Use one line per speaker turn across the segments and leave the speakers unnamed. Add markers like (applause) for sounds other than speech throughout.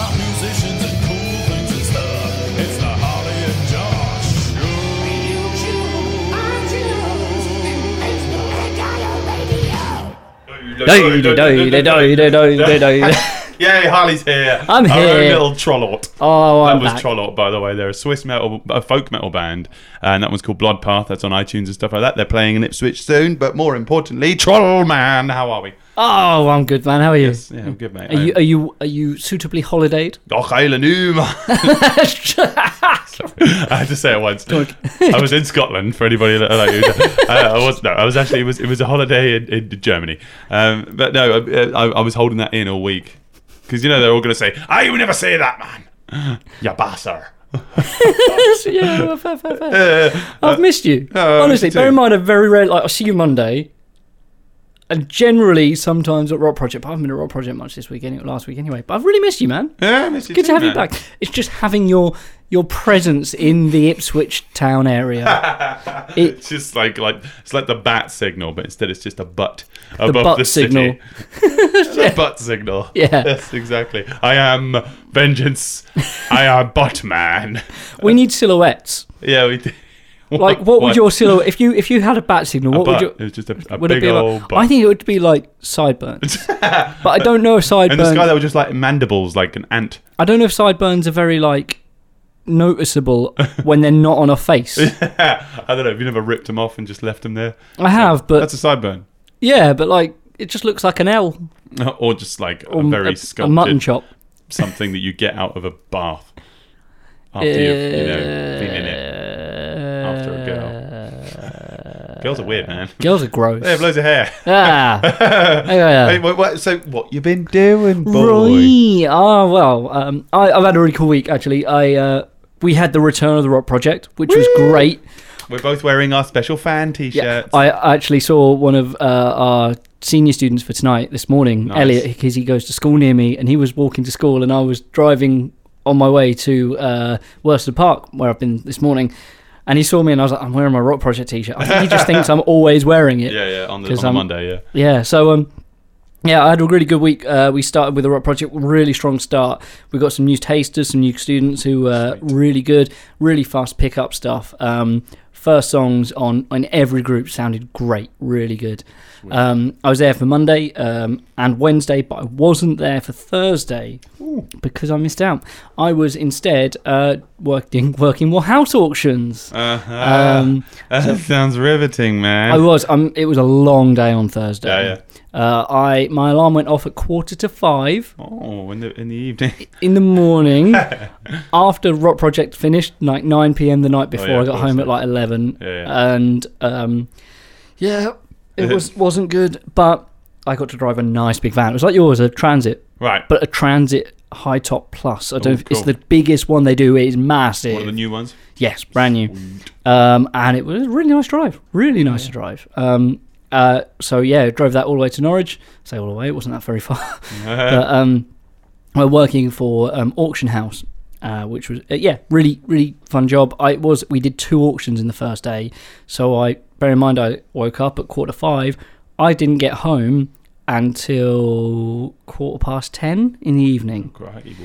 musicians and cool things and stuff. It's the Holly and Josh Yay, Holly's here.
I'm
Our own
here.
little trollort.
Oh,
that
I'm
was
back.
Trollot, by the way. They're a Swiss metal, a folk metal band, and that one's called Bloodpath. That's on iTunes and stuff like that. They're playing in Ipswich soon, but more importantly, Trollman. How are we?
Oh, I'm good, man. How are you?
Yeah, I'm good, mate.
Are you are you are you suitably holidayed? (laughs)
Och, heile Nuum. (laughs) I had to say it once. I was in Scotland for anybody that like,
(laughs)
who- uh, I was no, I was actually it was it was a holiday in, in Germany. Um, but no, I, I, I was holding that in all week because you know they're all going to say, "I would never say that, man, (laughs) you bastard."
yeah, well, fair, fair, fair.
Uh,
I've missed you.
no,
Honestly,
me too.
bear in mind, I very rarely like I see you Monday, and generally sometimes at Rock Project. But I haven't been at Rock Project much this week, any last week anyway. But I've really missed you, man.
yeah, I miss you
Good
too,
to have you
man.
back. It's just having your your presence in the Ipswich town area. It,
It's just like like it's like the bat signal, but instead it's just a butt above the,
butt
city. (laughs)
signal. (laughs)
It's a butt signal.
Yeah.
Yes, exactly. I am vengeance. I am Batman.
we need silhouettes.
(laughs) Yeah, we. did- Uh,
Like, what, would your silhouette if you if you had a bat signal? What would
butt?
your
It was just a, a
Would
big
it be
old
like,
butt.
I think it would be like sideburns,
(laughs)
but I don't know if
and this
sideburns.
guy that was just like mandibles, like an ant.
I don't know if sideburns are very like
(laughs)
noticeable when they're not on a face.
I don't know. Have you never ripped him off and just left him there?
I have, but
That's a sideburn, (laughs)
yeah, but like it just looks like an L
or just like
or
a very
Um, a, a
sculpted
mutton chop. (laughs)
something that you get out of a bath after you've you know been in it. after a
girl.
Girls are weird, man.
(laughs)
(laughs)
Girls are gross.
They have loads of hair. (laughs)
ah, yeah.
Hey, wait, wait, so what you been doing,
Right. Oh well, um, I, I've had a really cool week actually. I uh, we had the Return of the Rock project, which was great.
We're both wearing our special fan t-shirts.
I actually saw one of uh, our senior students for tonight this morning,
Nice.
Elliot, because he goes to school near me, and he was walking to school, and I was driving on my way to uh, Worcester Park, where I've been this morning, and he saw me, and I was like, "I'm wearing my Rock Project T-shirt." I think he just thinks I'm
(laughs)
always wearing it.
yeah, yeah, on the,
'Cause,
on the
um,
Monday, yeah.
Yeah, so um, yeah, I had a really good week. Uh, we started with a rock project, really strong start. We got some new tasters, some new students who uh, really good, really fast pickup stuff. Um, first songs on on every group sounded great, really good. Um, I was there for Monday um, and Wednesday, but I wasn't there for Thursday because I missed out. I was instead uh, working (laughs) working more house auctions.
Uh-huh.
Um, (laughs)
that sounds riveting, man.
I was. Um, it was a long day on Thursday.
Yeah,
Uh, I my alarm went off at quarter to five
oh, in the in the evening. (laughs)
in the morning. after Rock Project finished, like nine p.m. the night before,
Oh, yeah,
I
of
got
course,
home
yeah.
at like eleven,
Yeah, yeah.
and um, yeah, it was wasn't good. But I got to drive a nice big van. It was like yours, a transit,
right.
but a transit high top plus. I don't.
Ooh,
know if It's
cool.
the biggest one they do. It is massive.
One of the new ones.
Yes, brand new. Um, and it was a really nice drive. Really nice to drive. Um, uh, so yeah, drove that all the way to Norwich. Say all the way, it wasn't that very far. (laughs)
Uh-huh.
but um, we're working for um, auction house. Uh, which was uh, yeah, really really fun job. I it was we did two auctions in the first day, so I bear in mind I woke up at quarter five. I didn't get home until quarter past ten in the evening.
Great.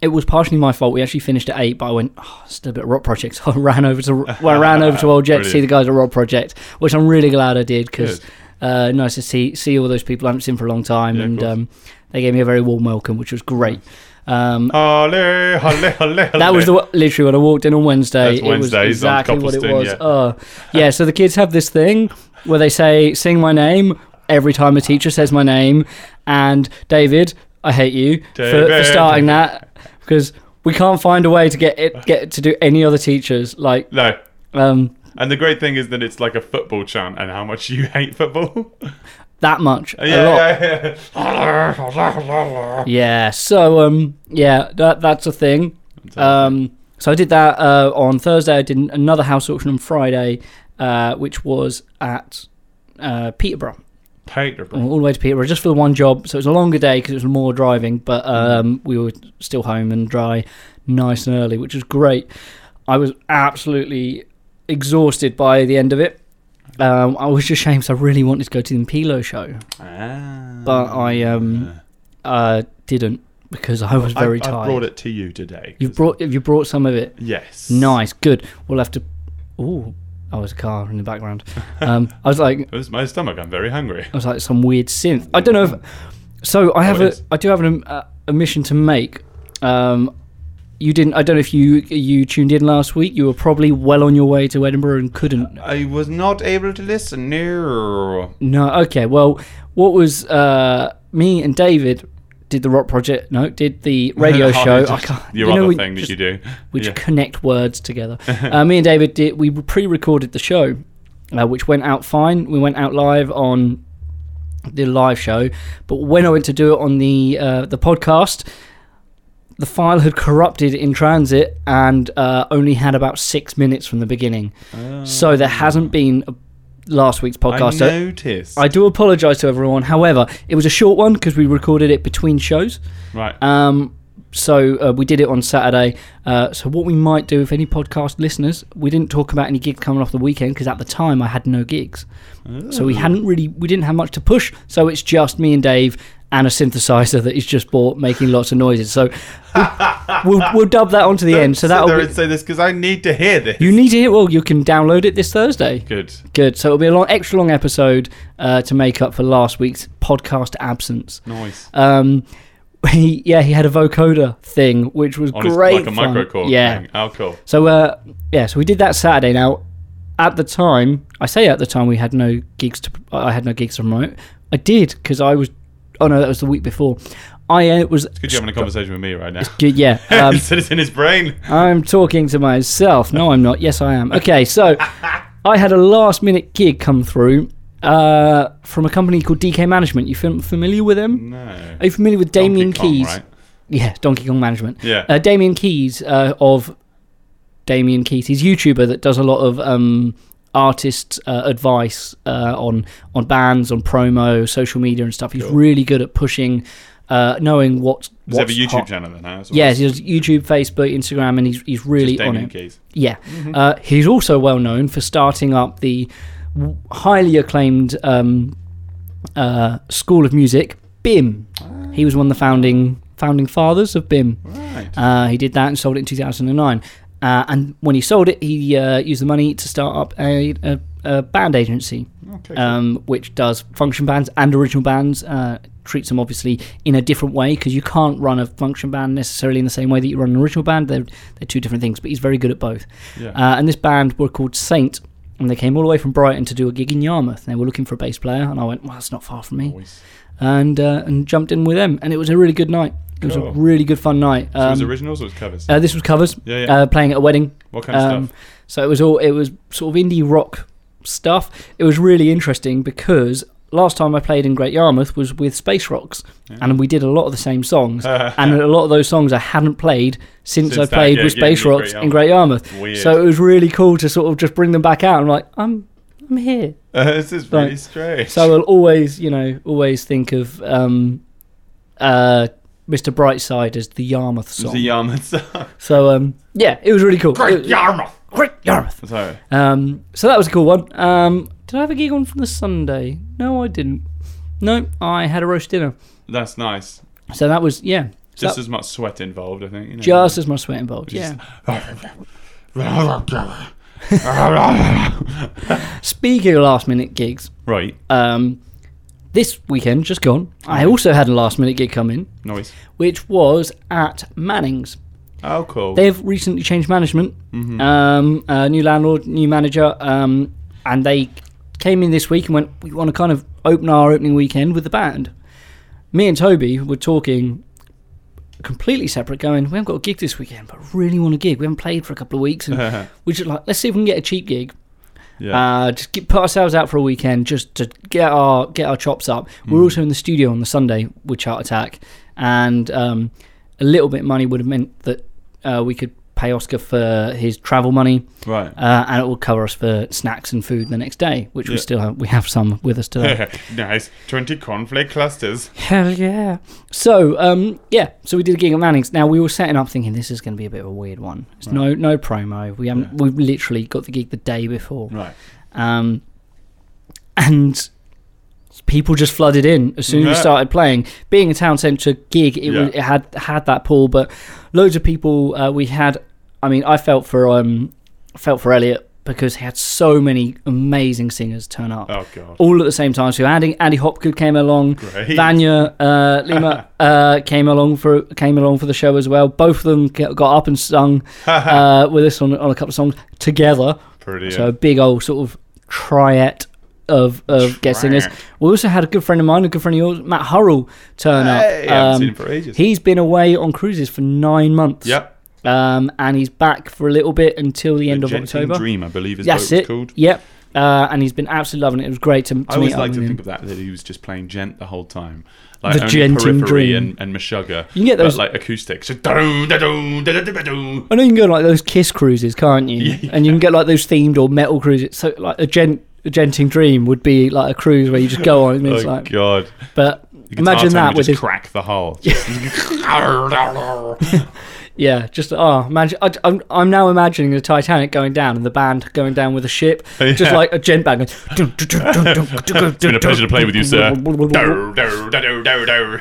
It was partially my fault. We actually finished at eight, but I went oh, still a bit of Rock Project. (laughs) So I ran over to well, I ran over to Old Jet to see the guys at Rock Project, which I'm really glad I did because
Good.
uh, nice to see see all those people I haven't seen for a long time,
Yeah, of
and
course.
um, they gave me a very warm welcome, which was great. Um,
Olé, olé, olé,
that was
olé.
the one- literally when I walked in on Wednesday.
That's
it was
Wednesdays on
exactly what it
Copplestone,
was.
yeah.
Oh, yeah. So the kids have this thing where they say, "Sing my name" every time a teacher says my name. And David, I hate you for, for
David.
starting that because we can't find a way to get it get to do any other teachers like
No.
um
And the great thing is that it's like a football chant and how much (laughs) you hate football.
that much
(laughs) yeah,
a lot.
yeah, yeah.
Yeah. So um, yeah, that that's a thing. Um, so I did that uh, on Thursday. I did another house auction on Friday, uh, which was at uh, Peterborough,
Peterborough.
all the way to Peterborough, just for the one job. So it was a longer day because it was more driving, but um, we were still home and dry, nice and early, which was great. I was absolutely exhausted by the end of it. Um, I was just ashamed 'cause I really wanted to go to the Impilo show,
Ah.
but I um, uh, didn't because I was very
I,
tired.
I brought it to you today.
You brought you brought some of it.
Yes.
Nice, good. We'll have to. Ooh, oh, there's a car in the
(laughs)
background. Um, I was like,
It was my stomach. I'm very hungry.
I was like some weird synth. I don't know if. So I have
it
a,
is.
I do have an, uh, a mission to make. Um, you didn't. I don't know if you you tuned in last week. You were probably well on your way to Edinburgh and couldn't.
I was not able to listen. No.
No. Okay. Well, what was uh, me and David did the rock project? No,
(laughs)
did the radio
Oh,
show.
just
I can't.
Your
you know,
other
we
thing that
just-
you do.
we
Yeah.
just connect
(laughs)
words together. uh, me and David did. We pre-recorded the show, uh, which went out fine. We went out live on the live show, but when I went to do it on the uh, the podcast, the file had corrupted in transit and uh, only had about six minutes from the beginning. so there hasn't been a, last week's
Oh. I
podcast. So
noticed.
I do apologise to everyone. However, it was a short one because we recorded it between shows.
right.
Um, so uh, we did it on Saturday. Uh, so what we might do, if any podcast listeners, we didn't talk about any gigs coming off the weekend because at the time I had no gigs, so
Oh.
we hadn't really, we didn't have much to push. So it's just me and Dave and a synthesizer that he's just bought, making lots of noises. So we'll, we'll, we'll dub that onto the end. So
Sit
that'll
there
be,
and say this because I need to hear this.
you need to hear. Well, you can download it this Thursday.
Good.
Good. So it'll be a long, extra long episode uh, to make up for last week's podcast absence.
Nice.
Um, (laughs) he yeah he had a vocoder thing which was
Honest,
great
like a
fun.
microcore.
yeah
Thing. How cool.
so uh yeah so we did that Saturday now at the time I say at the time we had no gigs to I had no gigs to promote I did because I was oh no that was the week before I uh, was
Good you having a conversation with me right now.
(laughs) Good, yeah
(laughs)
um,
it's in his brain.
I'm talking to myself. No, I'm not. Yes, I am. Okay, so I had a last minute gig come through uh, from a company called DK Management. You fam- familiar with them?
No.
Are you familiar with Damien
Donkey Kong,
Keys?
right?
Yeah, Donkey Kong Management.
Yeah.
Uh, Damien Keys uh, of Damien Keys, he's a YouTuber that does a lot of um, artist uh, advice uh, on on bands, on promo, social media, and stuff. He's
Cool.
really good at pushing, uh, knowing what's.
Does he have
what's
a YouTube
hot.
channel then? Huh? That's what
Yes,
it's-
he has YouTube, Facebook, Instagram, and he's he's really
just
on
Damien
it.
Keys.
Yeah. Uh, he's also well known for starting up the w- highly acclaimed um, uh, School of Music, BIM. He was one of the founding founding fathers of BIM.
Right.
Uh, he did that and sold it in 2009. Uh, and when he sold it, he uh, used the money to start up a, a, a band agency,
Okay.
um, which does function bands and original bands. Uh, treats them obviously in a different way because you can't run a function band necessarily in the same way that you run an original band. They're, they're two different things, but he's very good at both.
Yeah.
Uh, and this band were called Saint, and they came all the way from Brighton to do a gig in Yarmouth. They were looking for a bass player, and I went, "Well, that's not far from me,"
Always.
and uh, and jumped in with them, and it was a really good night. It was
Cool.
a really good fun night.
so it was
Um,
originals or it was covers?
uh, this was covers.
Yeah, yeah.
Uh, playing at a wedding. Um,
what kind of stuff?
So it was all it was sort of indie rock stuff. It was really interesting because last time I played in Great Yarmouth was with Space Rocks, and we did a lot of the
(laughs)
same songs. and a lot of those songs I hadn't played since,
Since
I
that,
played
yeah,
with
yeah,
Space
yeah, Great
Rocks in Great Yarmouth.
Weird.
So it was really cool to sort of just bring them back out. I'm like, I'm I'm here.
Uh, (laughs) this is
Right.
really strange.
So I'll always, you know, always think of um, uh, Mr. Brightside as the Yarmouth
It was
song.
a Yarmouth
(laughs)
song.
So um, yeah, it was really cool. It-
Yarmouth.
Great Yarmouth.
Sorry.
Um, so that was a cool one. Um, did I have a gig on for the Sunday? No, I didn't. No, I had a roast dinner.
That's nice.
So that was yeah, so
Just
that-
as much sweat involved, I think. You know.
just as much sweat involved. Yeah.
(laughs)
Speaking of last minute gigs,
right.
um, this weekend just gone, I also had a last minute gig come in,
Noise.
which was at Manning's.
Oh, cool.
They've recently changed management. Um, uh, new landlord, new manager, um, and they came in this week and went, "We want to kind of open our opening weekend with the band." Me and Toby were talking completely separate, going, "We haven't got a gig this weekend, but really want a gig. We haven't played for a couple of weeks, and we just like, let's see if we can get a cheap gig."
yeah.
Uh, just get, put ourselves out for a weekend just to get our get our chops up.
Mm.
We're also in the studio on the Sunday with Chart Attack, and um, a little bit of money would have meant that uh, we could pay Oscar for his travel money,
right.
uh, and it will cover us for snacks and food the next day, which we
Yeah.
still have. We have some with us today.
(laughs) (laughs) nice. 20 cornflake clusters.
Hell yeah. So, um, yeah, so we did a gig at Manning's. Now we were setting up thinking this is going to be a bit of a weird one. It's no no promo. We haven't we've literally got the gig the day before.
Right.
Um, and people just flooded in as soon as we
Yeah.
started playing. Being a town centre gig, it, was,
Yeah.
it had had that pull, but loads of people. Uh, we had, I mean, I felt for um, felt for Elliot because he had so many amazing singers turn up.
Oh god.
All at the same time. So Andy, Andy Hopgood came along.
Great.
Vanya uh,
(laughs)
Lima uh, came along for came along for the show as well. Both of them get- got up
(laughs)
and sung uh, with us on, on a couple of songs together.
Brilliant.
So a big old sort of triad of of guest singers.
Triad.
We also had a good friend of mine, a good friend of yours, Matt Hurrell, turn
Hey, I
up.
haven't
Um,
seen him for ages.
he's been away on cruises for nine months.
yep.
Um, and he's back for a little bit until the end of
Genting
October.
Dream, I believe, is
That's
what it was
it.
called.
Yep. Uh, and he's been absolutely loving it. It was great to,
I
to meet
always
up
like
with
to
him.
think of that that he was just playing gent the whole time, like
The
only
Genting
periphery
Dream.
and and Meshuggah,
You can get
but,
those-
like acoustics. So, da-doo, da-doo, da-doo, da-doo.
I know you can go on, like those Kiss cruises, can't you? And you can get like those themed or metal cruises. So like a gent. A genting dream would be like a cruise where you just
(laughs)
go on and
Oh
it's like,
god!
but
The guitar
imagine
tone
that
would
with
just
his
crack the
(laughs)
hull.
Yeah, just oh, imagine. I, I'm I'm now imagining the Titanic going down and the band going down with a ship,
(laughs)
just
Yeah.
like a gent band. Going,
(laughs) it's been a pleasure to play with you,
(laughs)
sir. Do, do, do, do, do.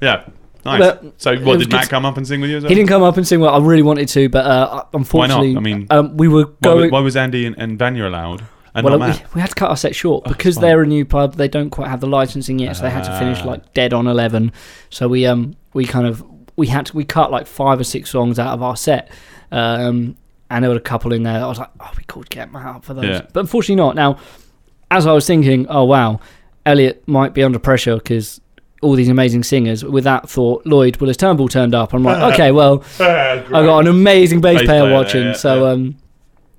Yeah, nice.
But-
so,
it was
what did Matt
good-
come up and sing with you? As well?
He didn't come up and sing well. I really wanted to, but uh, unfortunately,
I mean-
um, we were
why,
going.
why was Andy and, and Vanya allowed? And
well,
not
uh, we,
Matt.
we had to cut our set short because
fine.
they're a new pub. They don't quite have the licensing yet, so they had to finish
Ah.
like dead on eleven. So we um we kind of we had to we cut like five or six songs out of our set. Um, and there were a couple in there. That I was like, oh, we could get Matt up for those,
Yeah.
but unfortunately not. Now, as I was thinking, oh wow, Elliot might be under pressure because all these amazing singers. With that thought, Lloyd Willis Turnbull turned up. I'm
(laughs)
like, okay, well, I got an amazing bass,
Bass
player,
player,
watching,
yeah, yeah,
so
yeah.
um,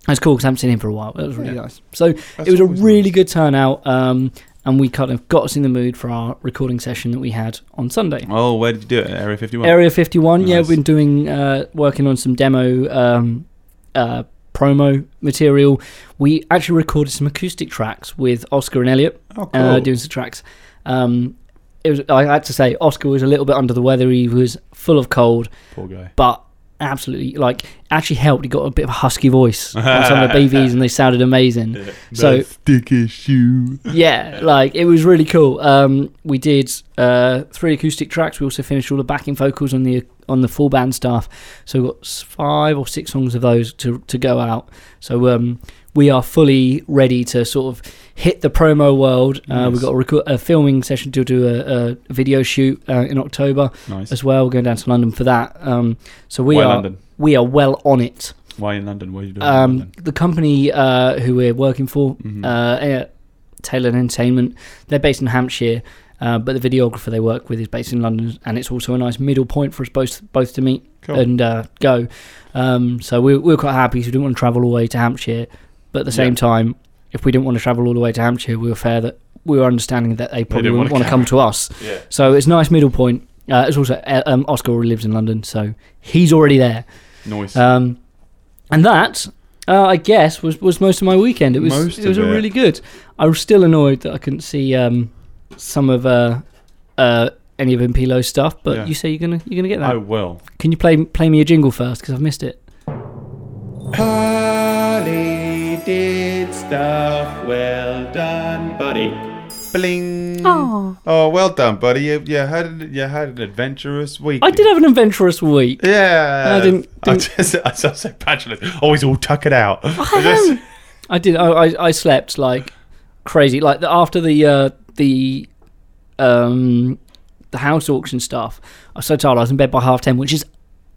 that's cool because I haven't seen him for a while. That was really
Yeah.
nice. So
That's
it was a
always
really good turnout, um, and we kind of got us in the mood for our recording session that we had on Sunday.
Oh, where did you do it? At Area 51?
Area 51, yeah,
Nice.
we've been doing uh, working on some demo um, uh, promo material. We actually recorded some acoustic tracks with Oscar and Elliot
oh, cool.
uh, doing some tracks. Um, it was, I had to say, Oscar was a little bit under the weather. He was full of cold
Poor guy.
but absolutely like actually helped. He got a bit of a husky
(laughs)
voice on some of the BVs, and they sounded amazing. So-
That sticky shoe.
Yeah, like it was really cool. Um, we did uh, three acoustic tracks. We also finished all the backing vocals on the on the full band stuff. So we've got s- five or six songs of those to to go out. So um, we are fully ready to sort of hit the promo world. Uh, we've
Nice.
got a, reco- a filming session to do a, a video shoot uh, in October
Nice.
as well. We're going down to London for that. Um, so we
Why
are
London?
we are well on it.
Why in London? What are you doing? in
Um,
London?
the company uh, who we're working for,
Mhm.
uh, uh, Taylor Entertainment, they're based in Hampshire, uh, but the videographer they work with is based in London, and it's also a nice middle point for us both both to meet
Cool.
and uh, go. Um, so we, we were quite happy because we didn't want to travel all the way to Hampshire, but at the same
Yeah.
time, if we didn't want to travel all the way to Hampshire, we were fair that we were understanding that they probably
didn't
wouldn't
want
want
a
to come to us.
yeah.
So it's a nice middle point. Uh, it's also uh, um, Oscar already lives in London, so he's already there.
Noise.
Um, and that, uh, I guess, was, was most of my weekend. It was
Most
it was
of
a
it.
really good. I was still annoyed that I couldn't see um, some of uh, uh, any of Impilo's stuff, but
Yeah.
you say you're gonna you're gonna get that.
I will.
Can you play play me a jingle first? Because I've missed it.
Polly did stuff. Well done, buddy. Bling.
Oh.
Oh, well done, buddy. You, you had you had an adventurous week.
I did have an adventurous week.
Yeah.
I didn't-
(laughs) I
didn't-
just, I just said bachelors. Always all tuck it out. I (laughs) just-
Ahem.
I did. I, I, I slept like crazy. Like the, after the uh, the um, the house auction stuff, I was so tired. I was in bed by half ten, which is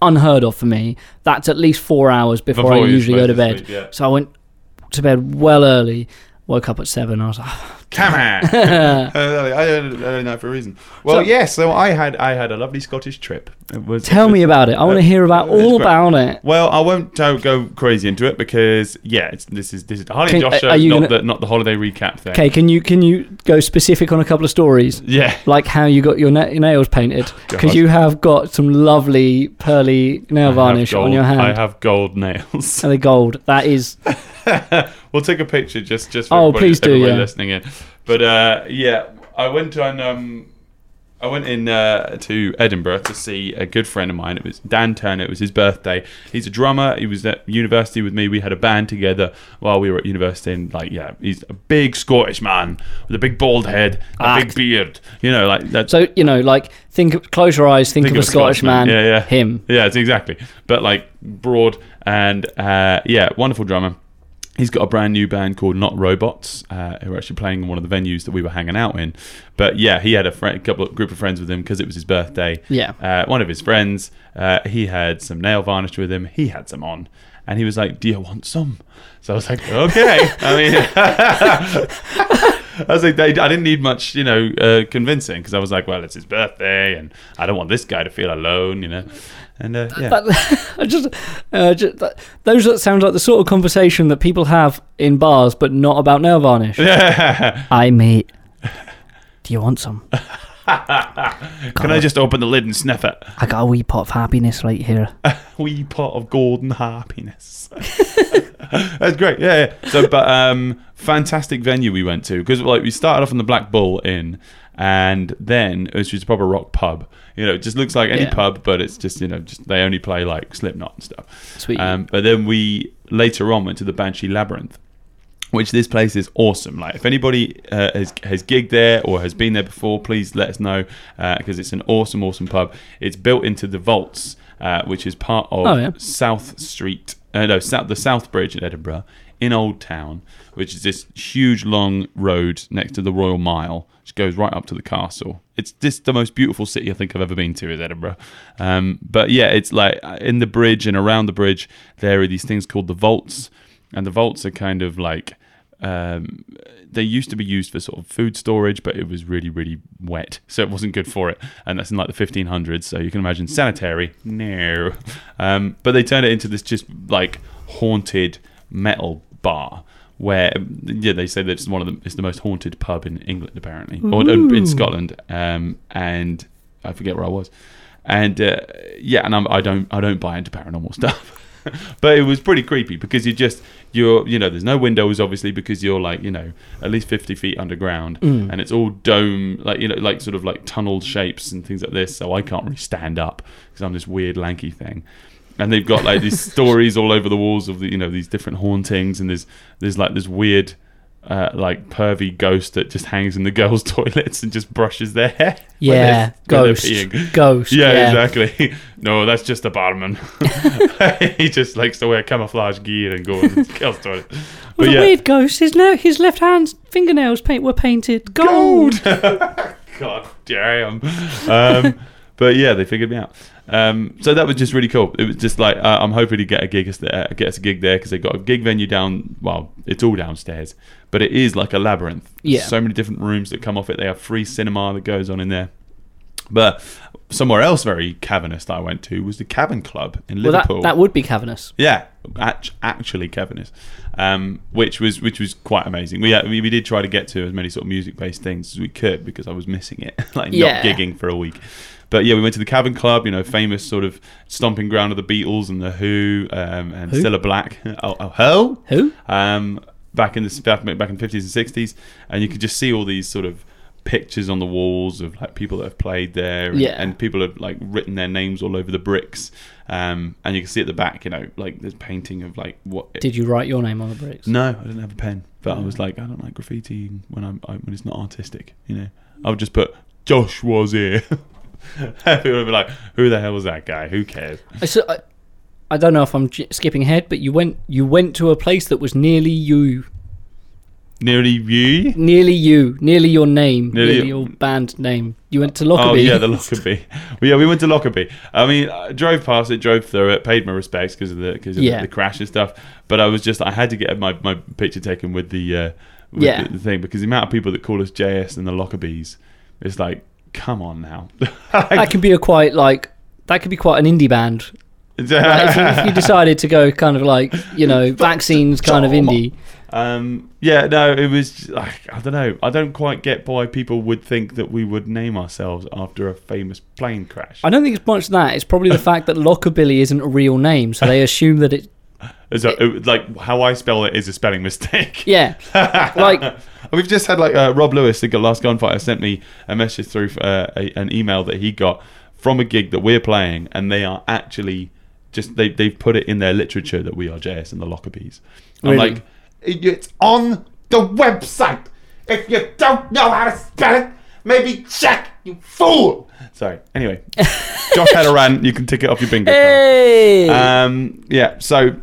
unheard of for me. That's at least four hours before, I
you're
usually go to bed.
supposed sleep, yeah.
So I went to bed well early. Woke up at seven. I was like,
Come
(laughs)
on. (laughs)
"Ah."
Uh, I don't, I don't know for a reason. Well,
So-
yes. So I had I had a lovely Scottish trip. It was
tell me about it. I
(laughs)
want to hear about
it's
all
great.
about it.
Well, I won't uh, go
Go crazy into it because yeah, it's, this is this is Harley
Can-
and Josh
are
show,
you
not
gonna-
the not the holiday recap thing.
Okay, can you can you go specific on a couple of stories?
Yeah.
Like how you got your, na- your nails painted, because
God.
you have got some lovely pearly nail
I have
varnish on
gold-
your hand.
I have gold nails. (laughs)
and the gold. That is
we'll take a picture just just for
Oh,
everybody,
please do,
everybody
yeah.
listening in. But uh, yeah, I went on um, I went in uh, to Edinburgh to see a good friend of mine. It was Dan Turner. It was his birthday. He's a drummer. He was at university with me. We had a band together while we were at university. And like, yeah, he's a big Scottish man with a big bald head, a
Ah.
big beard. You know, like that's
So you know, like think, close your eyes, think, of a Scottish man.
Yeah, yeah.
Him.
Yeah, it's exactly. But like broad and uh, yeah, wonderful drummer. He's got a brand new band called Not Robots, uh, who are actually playing in one of the venues that we were hanging out in. But yeah, he had a friend, couple of group of friends with him because it was his birthday.
Yeah.
Uh, one of his friends, uh, he had some nail varnish with him. He had some on. And he was like, Do you want some? So I was like,
(laughs)
Okay. I mean, I was like, they, I didn't need much, you know, uh, convincing because I was like, well, it's his birthday, and I don't want this guy to feel alone, you know. And uh, yeah,
That, (laughs) I just, uh, just that, those that sound like the sort of conversation that people have in bars, but not about nail varnish. (laughs) I mate. Do you want some?
can I just open the lid and sniff it?
I got a wee pot of happiness
(laughs)
right here.
Wee pot of golden happiness. (laughs) That's great. Yeah, yeah. So, but um, fantastic venue we went to because like we started off in the Black Bull Inn, and then it's just a proper rock pub. You know, it just looks like any
Yeah.
pub, but it's just you know, just they only play like Slipknot and stuff.
Sweet.
Um, but then we later on went to the Banshee Labyrinth, which this place is awesome. Like, if anybody uh, has, has gigged there or has been there before, please let us know because it's an awesome, awesome pub. It's built into the vaults, uh, which is part of
Oh, yeah.
South Street, uh, no, South, the South Bridge in Edinburgh, in Old Town, which is this huge, long road next to the Royal Mile. which Goes right up to the castle. It's just the most beautiful city I think I've ever been to is Edinburgh. Um, but yeah, it's like uh, in the bridge and around the bridge, there are these things called the vaults, and the vaults are kind of like um, they used to be used for sort of food storage, but it was really, really wet, so it wasn't good for it. And that's in like the 1500s, so you can imagine sanitary. No, um, but they turned it into this just like haunted metal bar where yeah they say that it's one of the it's the most haunted pub in England apparently or in, in Scotland. Um, and I forget where I was, and uh, yeah, and I'm, I don't I don't buy into paranormal (laughs) stuff. (laughs) but it was pretty creepy because you just you're you know there's no windows obviously because you're like you know at least 50 feet underground
Mm.
and it's all dome like you know like sort of like tunnel shapes and things like this so i can't really stand up because i'm this weird lanky thing and they've got like
(laughs)
these stories all over the walls of the you know these different hauntings and there's there's like this weird uh, like pervy ghost that just hangs in the girls' (laughs) toilets and just brushes their hair. when they're-
yeah,
when they're
ghost,
peeing.
ghost.
Yeah,
Yeah,
exactly. (laughs) No, that's just a
(laughs)
barman. (laughs) he just likes to wear camouflage gear and go
(laughs)
and kill toilet.
It was
But
a
yeah,
weird ghost. His no, his left hand's fingernails paint were painted gold.
gold. (laughs) God damn. Um, but yeah, they figured me out. Um, so that was just really cool. It was just like uh, I'm hoping to get a gig us there, get us a gig there because they got a gig venue down. Well, it's all downstairs, but it is like a labyrinth.
Yeah.
So many different rooms that come off it. They have free cinema that goes on in there. But somewhere else very cavernous that I went to was the Cabin Club in (laughs)
Well, that
Liverpool.
that would be cavernous.
Yeah, act- actually, Kevin is, um, which was which was quite amazing. We, uh, we we did try to get to as many sort of music based things as we could because I was missing it, (laughs) like
Yeah.
not gigging for a week. But yeah, we went to the Cabin Club, you know, famous sort of stomping ground of the Beatles and the Who um, and
Who?
Stella Black. (laughs) Oh, oh Ho
Who?
um, back in the back in the fifties and sixties, and you could just see all these sort of pictures on the walls of like people that have played there, and,
Yeah.
and people have like written their names all over the bricks, um, and you can see at the back, you know, like there's painting of like what.
Did you write your name on the bricks?
no, I didn't have a pen, but I was like, I don't like graffiti when I'm I, when it's not artistic, you know. I would just put Josh was here. (laughs) People would be like, "Who the hell was that guy? Who cares?"
I, so, I, I don't know if I'm j- skipping ahead, but you went you went to a place that was nearly you,
Nearly you.
nearly you, nearly your name,
Nearly-
nearly, your band name. You went to Lockerbie.
Oh yeah, the
(laughs)
Lockerbie. well, yeah, we went to Lockerbie. I mean, I drove past it, drove through it, paid my respects because of the because of
Yeah.
the, the crash and stuff. But I was just I had to get my, my picture taken with the uh, with
Yeah.
the, the thing because the amount of people that call us JS and the Lockerbies, it's like come on now. (laughs) Like,
that could be a quite like that could be quite an indie band. Like, if, you, if you decided to go kind of like you know vaccines kind of indie,
(laughs) um, yeah, no, it was just, like I don't know. I don't quite get why people would think that we would name ourselves after a famous plane crash.
I don't think it's much that. It's probably the fact that Lockabilly isn't a real name, so they assume that it
It's a- it- like how I spell it is a spelling mistake. (laughs)
Yeah. like
We've just had like uh, Rob Lewis, the last gunfighter, sent me a message through uh, a, an email that he got from a gig that we're playing, and they are actually just they they've put it in their literature that we are JS and the Lockerbees. I'm
Really?
like,
It- It's on the website. If you don't know how to spell it, maybe check, you fool.
sorry.
(laughs)
Anyway, Josh had a rant. You can tick it off your bingo. card.
hey.
um, yeah. So,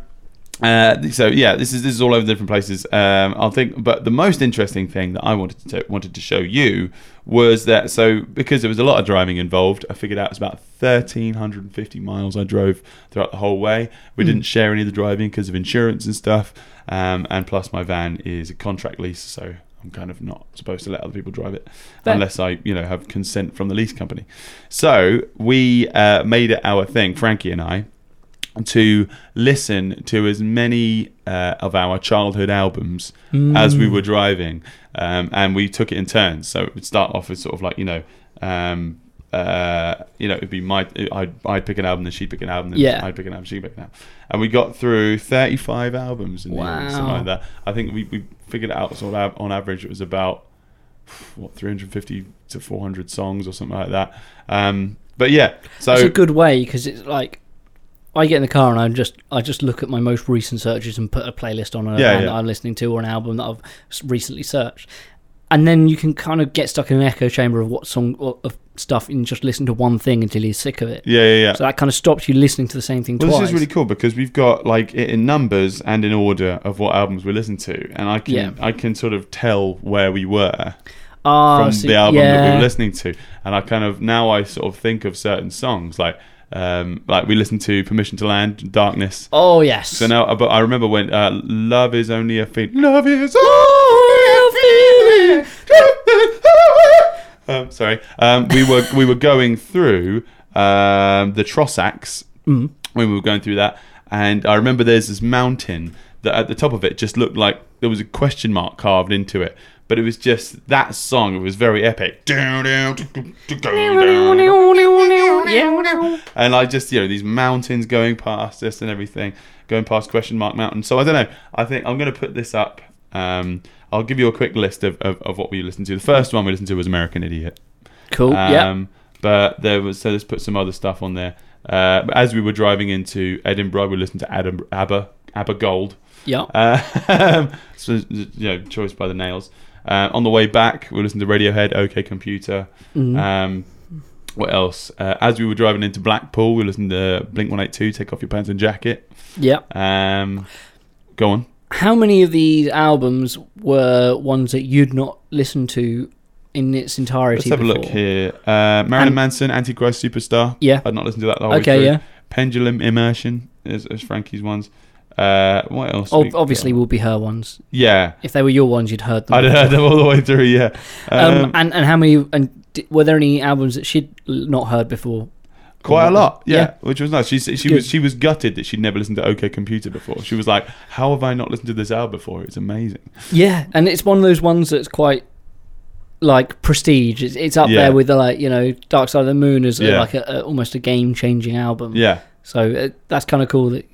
uh, so yeah, this is this is all over different places. Um, I think, but the most interesting thing that I wanted to wanted to show you was that so because there was a lot of driving involved, I figured out it's about thirteen hundred and fifty miles I drove throughout the whole way. We didn't share any of the driving because of insurance and stuff, um, and plus my van is a contract lease, so. I'm kind of not supposed to let other people drive it
Fair.
unless I, you know, have consent from the lease company. So we uh, made it our thing, Frankie and I, to listen to as many uh, of our childhood albums as
Hmm.
we were driving, um, and we took it in turns. So it would start off with sort of like you know, um, uh, you know, it'd be my I'd, I'd pick an album, then she'd pick an album, then
Yeah.
I'd pick an album, she'd pick an album, and we got through thirty-five albums in the year, something
Wow.
like that. I think we, we figured it out sort of av- on average it was about what 350 to 400 songs or something like that. Um, but yeah, so
it's a good way because it's like I get in the car and I just I just look at my most recent searches and put a playlist on a
Yeah,
band
yeah.
that I'm listening to or an album that I've s- recently searched, and then you can kind of get stuck in an echo chamber of what song or of stuff and just listen to one thing until you're sick of it.
yeah, yeah, yeah.
So that kind of stops you listening to the same thing
Well,
twice.
this is really cool because we've got like it in numbers and in order of what albums we listen to, and I can
Yeah.
I can sort of tell where we were
Ah,
from
so-
the album that we
yeah.
were listening to, and I kind of now I sort of think of certain songs like um, like we listened to "Permission to Land," "Darkness."
Oh yes.
So now, but I remember when uh, "Love Is Only a Feeling." Love is only a feeling. (laughs) um, sorry, um, we were we were going through um, the Trossachs when we were going through that, and I remember there's this mountain that at the top of it just looked like there was a question mark carved into it, but it was just that song. It was very epic. And I just, you know, these mountains going past us and everything, going past question mark mountain. So I don't know. I think I'm going to put this up. Um, I'll give you a quick list of, of, of what we listened to. The first one we listened to was American Idiot.
cool. yeah.
Um, But there was so let's put some other stuff on there. Uh, but as we were driving into Edinburgh, we listened to Adam, ABBA, ABBA Gold.
Yeah.
Uh, (laughs) so, you know, choice by the nails. Uh, on the way back, we listened to Radiohead, OK Computer.
Mm-hmm.
Um, what else? Uh, as we were driving into Blackpool, we listened to Blink 182, Take Off Your Pants and Jacket.
Yeah.
Um, go on.
How many of these albums were ones that you'd not listened to in its
Let's
entirety?
have a
before?
look here. Uh, Marilyn
And-
Manson, Antichrist Superstar.
Yeah.
I'd not listened to that the whole
Okay,
way through.
yeah.
Pendulum Immersion is, is Frankie's ones. Uh, what else? we
Ob-
got?
obviously, will be her ones.
Yeah.
If they were your ones, you'd heard them.
I'd heard them all the way through, yeah.
Um, and and how many? And d- were there any albums that she'd l- not heard before?
quite a lot yeah,
Yeah.
which was nice she, she
Good.
was she was gutted that she'd never listened to ok computer before she was like how have i not listened to this album before it's amazing
Yeah, and it's one of those ones that's quite like prestige. It's, it's up
Yeah.
there with the, like you know Dark Side of the Moon as uh
Yeah.
like a, a, almost a game changing album.
yeah
So uh, that's kind of cool that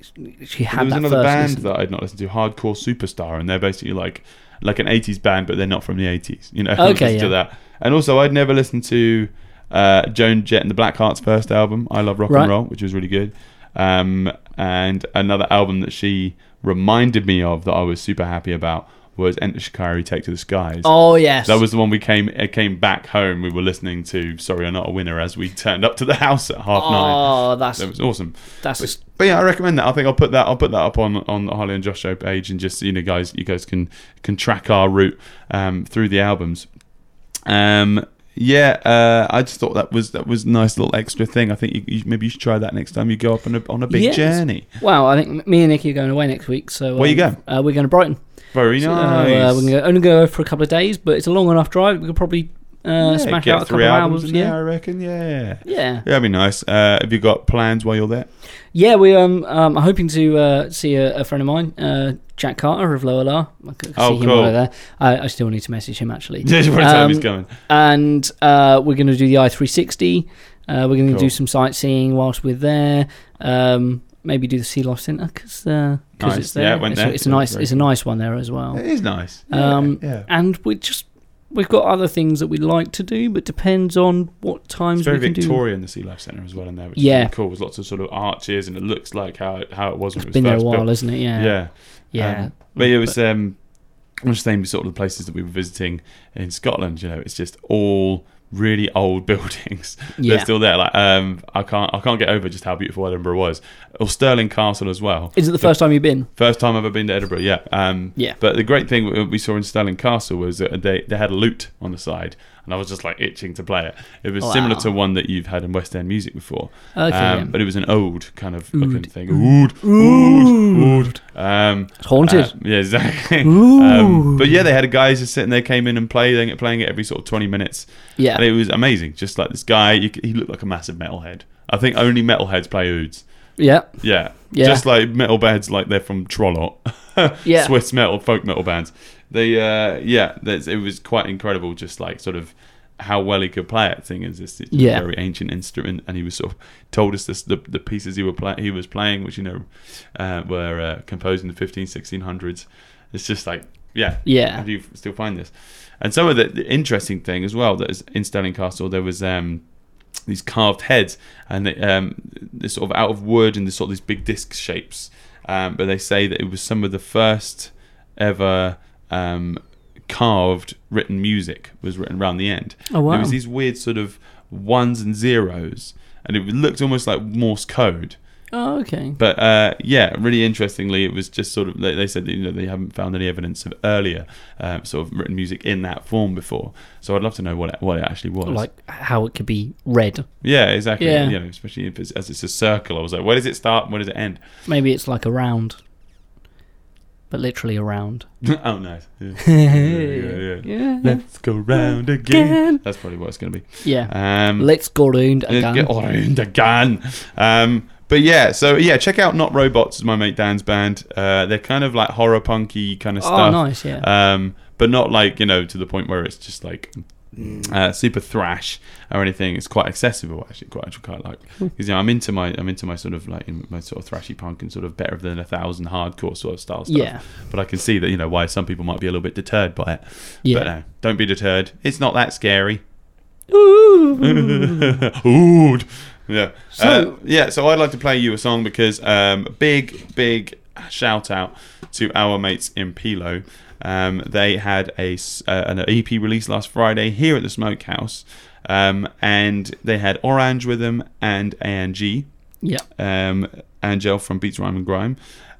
she
there
had
was
that
another
first
band
listen.
that i'd not listened to hardcore superstar and they're basically like like an 80s band but they're not from the 80s you know (laughs) I'd
Okay,
listened to
yeah.
that and also i'd never listened to uh, joan jett and the blackhearts first album i love rock
Right.
and roll which was really good um, and another album that she reminded me of that i was super happy about was enter shikari take to the skies
Oh yes,
That was the one we came uh, came back home. We were listening to "Sorry, I'm Not a Winner" as we turned up to the house at half nine.
Oh, that's
That was awesome.
that's
But, but yeah, I recommend that. I think I'll put that I'll put that up on on the Harley and Josh show page, and just you know, guys, you guys can can track our route um, through the albums. Um, yeah, uh, I just thought that was that was a nice little extra thing. I think you, you, maybe you should try that next time you go up on a on a big
Yes.
journey.
Wow, I think m- me and Nikki are going away next week. So
Where you
um, Uh, we're going to Brighton.
Very
So,
nice.
uh, we're gonna go, only go for a couple of days, but it's a long enough drive. We could probably uh, smash
get
out a couple
three
of
albums
hours.
in there,
Yeah.
I reckon. Yeah,
yeah,
yeah, that'd be nice. Uh, have you got plans while you're there?
yeah. We um, um I'm hoping to uh, see a, a friend of mine, uh, Jack Carter of Lower La. I could see
Oh,
him
cool.
over there. I, I still need to message
(laughs)
him actually.
Yeah, you want to tell him he's
Um,
coming.
and uh, we're going to do the i360. Uh, we're going to
Cool.
do some sightseeing whilst we're there. Um, maybe do the Sea Life Centre because uh, 'cause
Nice.
it's there.
Yeah, it went
it's,
there.
it's a
Yeah,
nice,
very
it's a nice one there as well.
It is nice.
Um,
yeah.
And we just we've got other things that we like to do, but depends on what times
It's very
we can do.
Victorian, the Sea Life Centre as well in there, which
Yeah.
is really cool. There's lots of sort of arches, and it looks like how it, how it was when it was
Been there
first
a while,
built.
isn't it? Yeah,
yeah.
yeah.
Um, but it was. Um, I'm just naming sort of the places that we were visiting in Scotland. You know, it's just all really old (laughs) buildings.
Yeah.
They're still there. Like, um, I can't, I can't get over just how beautiful Edinburgh was, or Stirling Castle as well.
Is it the first time you've been?
First time I've ever been to Edinburgh, yeah. Um,
Yeah.
But the great thing we- we saw in Stirling Castle was that they, they had a lute on the side, and I was just like itching to play it. It was similar
Wow.
to one that you've had in West End music before.
Okay, yeah.
Um, but it was an old kind of looking
Oud.
thing. Oud. Oud. Oud. Um,
It's haunted.
uh, yeah, exactly. Um, but yeah, they had guys just sitting there, came in and playing, playing it every sort of 20 minutes.
yeah.
And it was amazing. Just like this guy, you, c- he looked like a massive metalhead. I think only metalheads play ouds.
yeah.
Yeah.
Yeah.
Just like metal bands, like they're from (laughs) Trollot.
Yeah.
Swiss metal, folk metal bands. They, uh, yeah, that's, it was quite incredible, just like sort of how well he could play it. Thing is, this it's
Yeah.
a very ancient instrument, and he was sort of told us this, the, the pieces he, were play, he was playing, which, you know, uh, were uh, composed in the 15, 1600s. It's just like, yeah.
Yeah.
How do you f- still find this? And some of the, the interesting thing as well that is in Stirling Castle, there was. Um, these carved heads and they, um, they're sort of out of wood and they're sort of these big disc shapes. Um, but they say that it was some of the first ever um, carved written music was written around the end.
Oh, wow.
It was these weird sort of ones and zeros, and it looked almost like Morse code.
Oh, okay.
But uh, yeah, really interestingly, it was just sort of they, they said that, you know they haven't found any evidence of earlier um, sort of written music in that form before. So I'd love to know what it, what it actually was.
Like how it could be read.
Yeah, exactly.
Yeah.
You know, especially if it's, as it's a circle. I was like, where does it start? and Where does it end? (laughs)
Maybe it's like a round, but literally a round.
oh, nice. Yeah. yeah, yeah.
Yeah.
Let's go round
Again. (laughs)
again. That's probably what it's going to be.
Yeah.
Um,
Let's go round
uh,
again.
Get around again. Um, but yeah, so yeah, check out Not Robots, is my mate Dan's band. Uh, they're kind of like horror punky kind of
Oh,
stuff.
nice, yeah.
Um, but not like you know to the point where it's just like uh, super thrash or anything. It's quite accessible actually. Quite actually quite like because you know I'm into my I'm into my sort of like in my sort of thrashy punk and sort of better than a thousand hardcore sort of style stuff.
Yeah.
But I can see that you know why some people might be a little bit deterred by it.
Yeah.
But no, don't be deterred. It's not that scary.
Ooh.
(laughs) Ood. Yeah.
So-
So yeah, so I'd like to play you a song because um, big big shout out to our mates in Pilo. Um, they had a s- uh, an EP release last Friday here at the Smokehouse, um, and they had Orange with them and ANG
(laughs) yeah.
um, Angel from Beats Rhyme and Grime.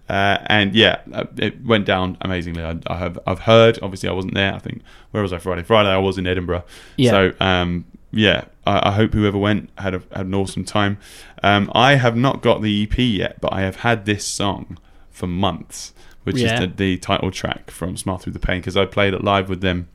Uh, and yeah, uh, it went down amazingly. I, I have I've heard. Obviously, I wasn't there. I think where was I Friday? Friday, I was in Edinburgh.
Yeah.
So um, yeah, I, I hope whoever went had a, had an awesome time. Um, I have not got the EP yet, but I have had this song for months, which
Yeah.
is the, the title track from "Smile Through the Pain" because I played it live with them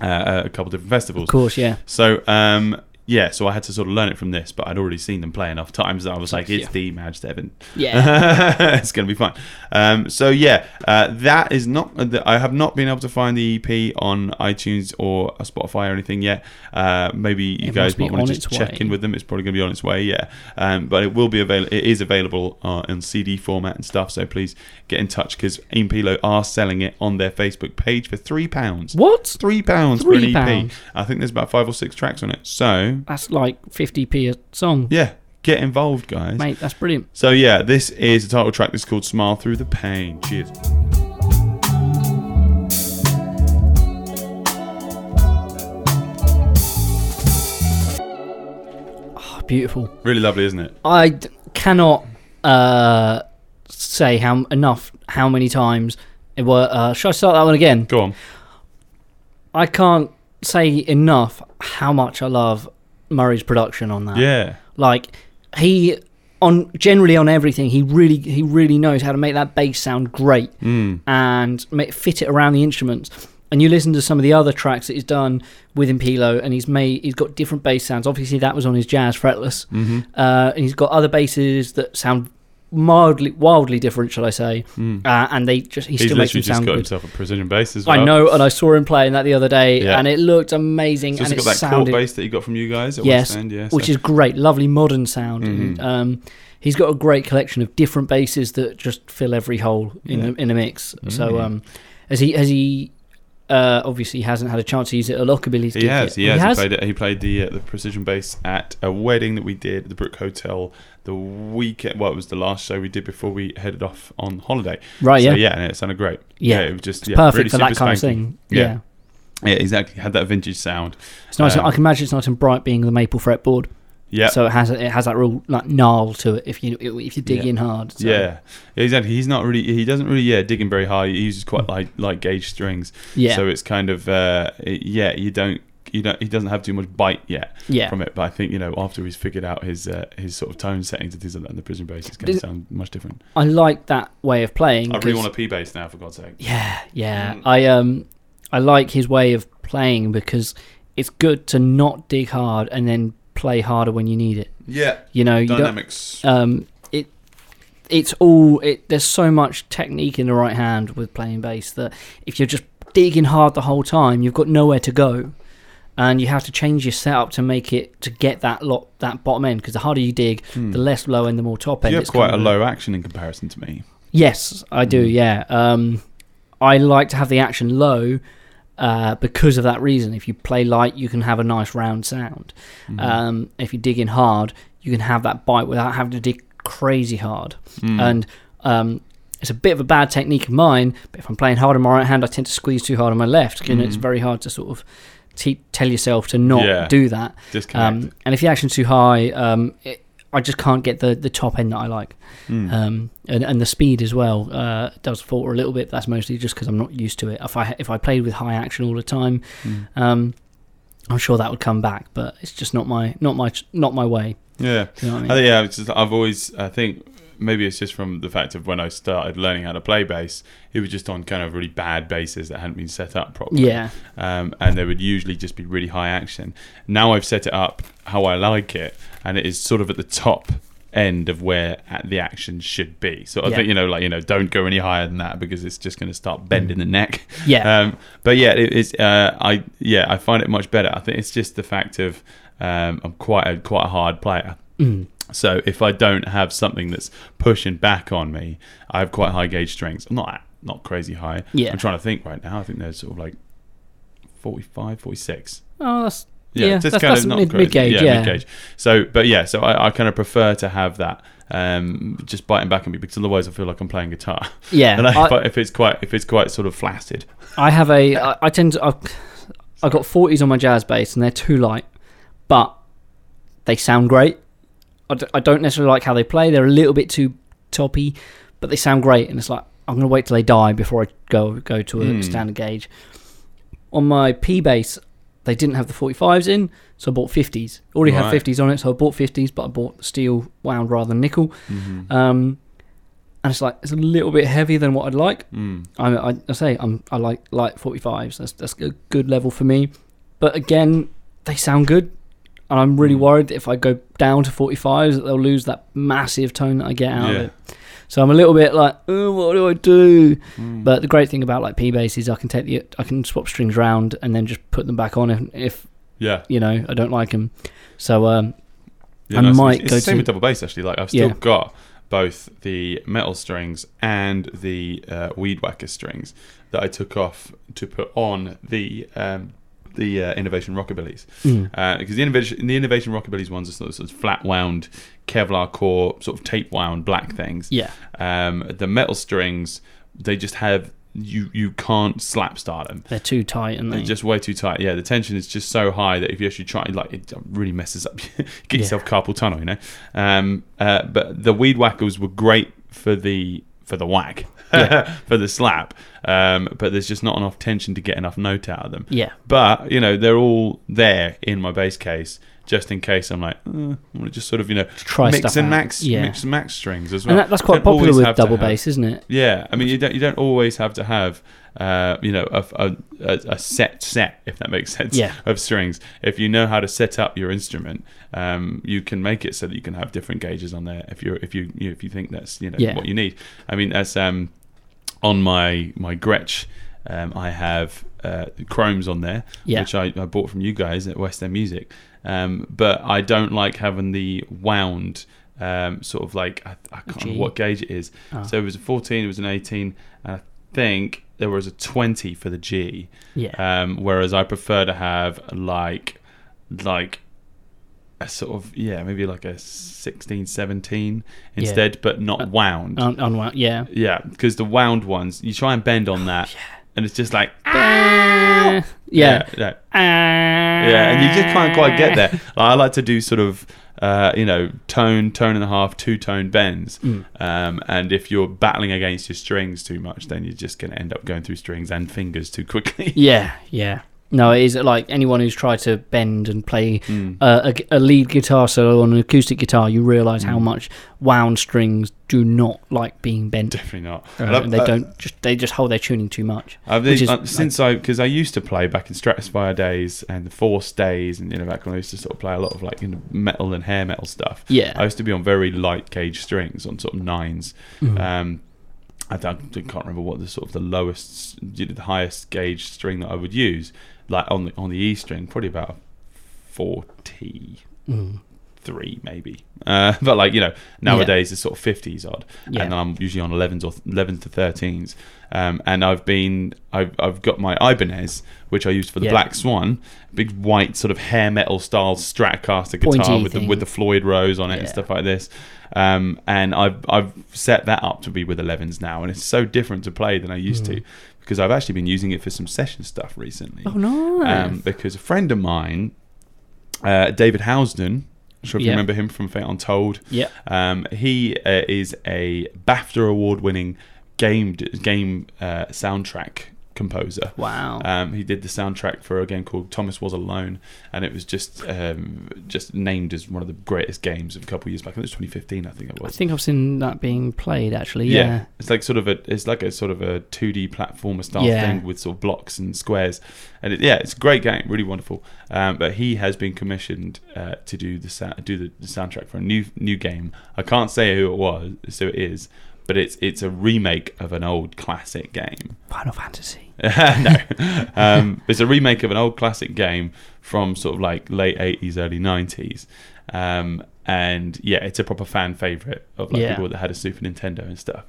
uh, at a couple different festivals.
Of course, yeah.
So um, yeah, so I had to sort of learn it from this, but I'd already seen them play enough times that I was like, it's
Yeah.
the Madge Devon.
Yeah.
(laughs) it's gonna be fun. Um, so yeah, uh, that is not. I have not been able to find the EP on iTunes or Spotify or anything yet. Uh, maybe you
It must
guys
be
might want
on
to
its
just check
way.
in with them. It's probably gonna be on its way. Yeah, um, but it will be available. It is available uh, in CD format and stuff. So please get in touch because Ian Pilo are selling it on their Facebook page for three pounds.
what?
Three pounds for an EP.
Three pounds.
I think there's about five or six tracks on it. So
That's like 50p a song.
yeah, get involved, guys.
Mate, that's brilliant.
So yeah, this is the title track. This is called "Smile Through the Pain." Cheers.
Oh, beautiful.
Really lovely, isn't it?
I d- cannot uh, say how enough how many times it were. Uh, should I start that one again?
Go on.
I can't say enough how much I love Murray's production on that.
Yeah.
Like he on generally on everything, he really he really knows how to make that bass sound great
Mm.
and make, fit it around the instruments. And you listen to some of the other tracks that he's done with Impilo, and he's made he's got different bass sounds. Obviously, that was on his jazz fretless, mm-hmm. uh, and he's got other basses that sound mildly, wildly different, shall I say? Uh, and they just he
Mm. He's
still makes
literally
them
just
sound
got
good.
himself a prison bass as well.
I know, and I saw him playing that the other day,
Yeah.
and it looked amazing.
He's also
and it
got that
sounded
court bass that he got from you guys at
yes,
West End. Yeah,
which
so- Mm-hmm.
is great, lovely modern sound. And, um, he's got a great collection of different basses that just fill every hole in the, in the mix.
Mm-hmm.
So um, as he as he uh, obviously hasn't had a chance to use it at Lockerbilly's.
He
gig
has,
yet.
he has. He, played it. He played the uh, the precision bass at a wedding that we did at the Brook Hotel the weekend. Well, it was the last show we did before we headed off on holiday.
Right,
So,
yeah.
yeah, and it sounded great.
Yeah.
it was just yeah,
perfect
really
for that
super
kind of
spanky.
thing.
Yeah.
Yeah.
Yeah, exactly. Had that vintage sound.
It's nice.
Um,
I can imagine it's nice and bright being the maple fretboard.
Yeah,
So it has it has that real like gnarl to it if you if you dig
Yeah.
in hard. So,
yeah, exactly. He's not really. He doesn't really. Yeah, digging very hard. He uses quite light, light gauge strings.
Mm. Yeah.
So it's kind of. Uh, it- yeah, you don't. You don't. He doesn't have too much bite yet.
Yeah.
From it, but I think you know after he's figured out his uh, his sort of tone settings and things like that, and the prison bass is going to
Did-
sound much different.
I like that way of playing.
I really
'cause-
want a P bass now, for God's sake.
Yeah, yeah.
Mm.
I um I like his way of playing because it's good to not dig hard and then play harder when you need it.
Yeah.
You know, you don't
Dynamics.
um it it's all it there's so much technique in the right hand with playing bass that if you're just digging hard the whole time, you've got nowhere to go. And you have to change your setup to make it to get that lot that bottom end because the harder you dig, the less low end, the more top end.
Hmm. you have
it's
quite a
kind of-
low action in comparison to me.
Yes, I do. Yeah, um, I like to have the action low uh, because of that reason. If you play light, you can have a nice round sound. Um, if you dig in hard, you can have that bite without having to dig crazy hard. And um, it's a bit of a bad technique of mine. But if I'm playing hard on my right hand, I tend to squeeze too hard on my left. You know, it's very hard to sort of te- tell yourself to not
Yeah.
do that.
Disconnect.
Um, and if the action's too high, um, it, I just can't get the, the top end that I like.
Hmm.
Um, and, and the speed as well uh, does falter a little bit. That's mostly just because I'm not used to it. If I if I played with high action all the time,
Hmm.
um, I'm sure that would come back. But it's just not my not my not my way.
yeah.
You know what I mean?
I think, yeah, it's just, I've always, I think maybe it's just from the fact of when I started learning how to play bass, it was just on kind of really bad basses that hadn't been set up properly.
Yeah.
Um, and they would usually just be really high action. Now I've set it up how I like it, and it is sort of at the top end of where at the action should be. So I
Yeah.
think, you know, like, you know, don't go any higher than that because it's just going to start bending the neck. (laughs)
Yeah.
Um, but yeah, it is. Uh, I yeah, I find it much better. I think it's just the fact of um, I'm quite a quite a hard player. So if I don't have something that's pushing back on me, I have quite high gauge strengths. I'm not not crazy high.
Yeah.
I'm trying to think right now. I think they're sort of like 45, 46.
Oh, that's
Yeah,
yeah,
just
that's,
kind
that's
of not
mid,
crazy.
mid gauge. Yeah,
mid-gauge. So, but yeah, so I, I kind of prefer to have that um, just biting back at me because otherwise I feel like I'm playing guitar. (laughs)
Yeah,
and I,
I-
if it's quite if it's quite sort of
(laughs)
flaccid.
I have a. I, I tend to. I've, I've got 40s on my jazz bass, and they're too light, but they sound great. I, d- I don't necessarily like how they play. They're a little bit too toppy, but they sound great. And it's like I'm gonna wait till they die before I go go to a standard gauge. On my P bass, they didn't have the 45s in, so I bought 50s. Already
Right.
had 50s on it, so I bought 50s, but I bought steel wound rather than nickel.
Mm-hmm.
Um, and it's like it's a little bit heavier than what I'd like.
Mm.
I, I, I say I'm, I like light 45s. That's that's a good level for me. But again, they sound good, and I'm
Hmm.
really worried that if I go down to 45s, that they'll lose that massive tone that I get out
Yeah.
of it. So I'm a little bit like, oh, what do I do?
Hmm.
But the great thing about like P bass is I can take the I can swap strings round and then just put them back on if, if
Yeah.
you know I don't like them. So um,
Yeah,
I
nice.
might
it's, it's
go
the same
to-
with double bass actually. Like I've still
Yeah.
got both the metal strings and the uh, weed whacker strings that I took off to put on the um, the uh, innovation rockabillys
Mm.
because the innovation the innovation rockabilly's ones are sort of, sort of flat wound Kevlar core sort of tape wound black things.
Yeah.
Um, the metal strings they just have you you can't slap start them.
they're too tight and they
It's just way too tight. Yeah, the tension is just so high that if you actually try, like, it really messes up. (laughs) you get yourself carpal tunnel, you know. Um, uh, but the weed whackers were great for the for the whack, (laughs) for the slap. Um, but there's just not enough tension to get enough note out of them.
Yeah.
But you know they're all there in my bass case. just in case I'm like, uh, I want to just sort of you know
try
mix
stuff
and
out.
max,
Yeah.
mix and max strings as well.
and that, that's
You
quite
don't always
popular
have
with
to
double
have-
bass, isn't it?
Yeah, I mean you don't you don't always have to have uh, you know a, a, a a set set if that makes (laughs) sense
Yeah.
of strings. If you know how to set up your instrument, um, you can make it so that you can have different gauges on there if you if you, you if you think that's you know
Yeah.
what you need. I mean that's um, on my my Gretsch. Um, I have uh, chromes on there,
Yeah.
which I, I bought from you guys at West End Music. Um, but I don't like having the wound um, sort of like I, I can't
Gee.
remember what gauge it is.
Ah.
So it was a 14, it was an 18, and I think there was a 20 for the G.
Yeah.
Um, whereas I prefer to have like like a sort of yeah maybe like a 16, 17
Yeah. Uh,
instead, but not wound.
on, on one- yeah.
Yeah, because the wound ones, you try and bend
Oh,
on that, and it's just like
Yeah. Yeah.
yeah,
Ah.
yeah, and you just can't quite get
(laughs)
there. Like, I like to do sort of, uh, you know, tone, tone and a half, two tone bends.
Mm.
Um, and if you're battling against your strings too much, then you're just going to end up going through strings and fingers too quickly.
Yeah, yeah. No, it is like anyone who's tried to bend and play
Hmm.
uh, a, a lead guitar solo on an acoustic guitar, you realise
Hmm.
how much wound strings do not like being
(laughs)
bent.
Definitely not.
Uh,
And I've-
they
uh,
don't just they just hold their tuning too much.
I've,
which is,
uh, since I because I used to play back in Stratospire days and the Force days and you know back when I used to sort of play a lot of like you know, metal and hair metal stuff.
Yeah.
I used to be on very light gauge strings on sort of nines. Um, I don't, I can't remember what the sort of the lowest, you know, the highest gauge string that I would use, like on the on the E string, probably about forty three maybe. Uh, (laughs) but like you know, nowadays it's sort of fifties odd,
Yeah.
and I'm usually on elevens or elevens to thirteens. Um, and I've been, I've, I've got my Ibanez, which I used for the
Yeah.
Black Swan, big white sort of hair metal style Stratocaster guitar
Pointy
with the
thing.
with the Floyd Rose on it and
Yeah.
stuff like this. Um, and I've I've set that up to be with 11s now, and it's so different to play than I used to because I've actually been using it for some session stuff recently.
Hmm. oh no,
Um, because a friend of mine, uh, David Housden, I'm sure if you
Yeah.
remember him from Fate Untold.
Yeah.
Um, he uh, is a BAFTA award-winning game game uh, soundtrack composer.
wow,
Um, he did the soundtrack for a game called Thomas Was Alone, and it was just um, just named as one of the greatest games of a couple of years back. I think it was 2015, I think it
I
was.
think I've seen that being played actually.
Yeah.
Yeah,
it's like sort of a it's like a sort of a 2D platformer style
Yeah.
thing with sort of blocks and squares, and it, yeah, it's a great game, really wonderful. Um, but he has been commissioned uh, to do the sa- do the, the soundtrack for a new new game. I can't say who it was, so it is, but it's it's a remake of an old classic game.
Final Fantasy.
no, um, it's a remake of an old classic game from sort of like late eighties, early nineties, um, and yeah, it's a proper fan favorite of like
Yeah.
people that had a Super Nintendo and stuff.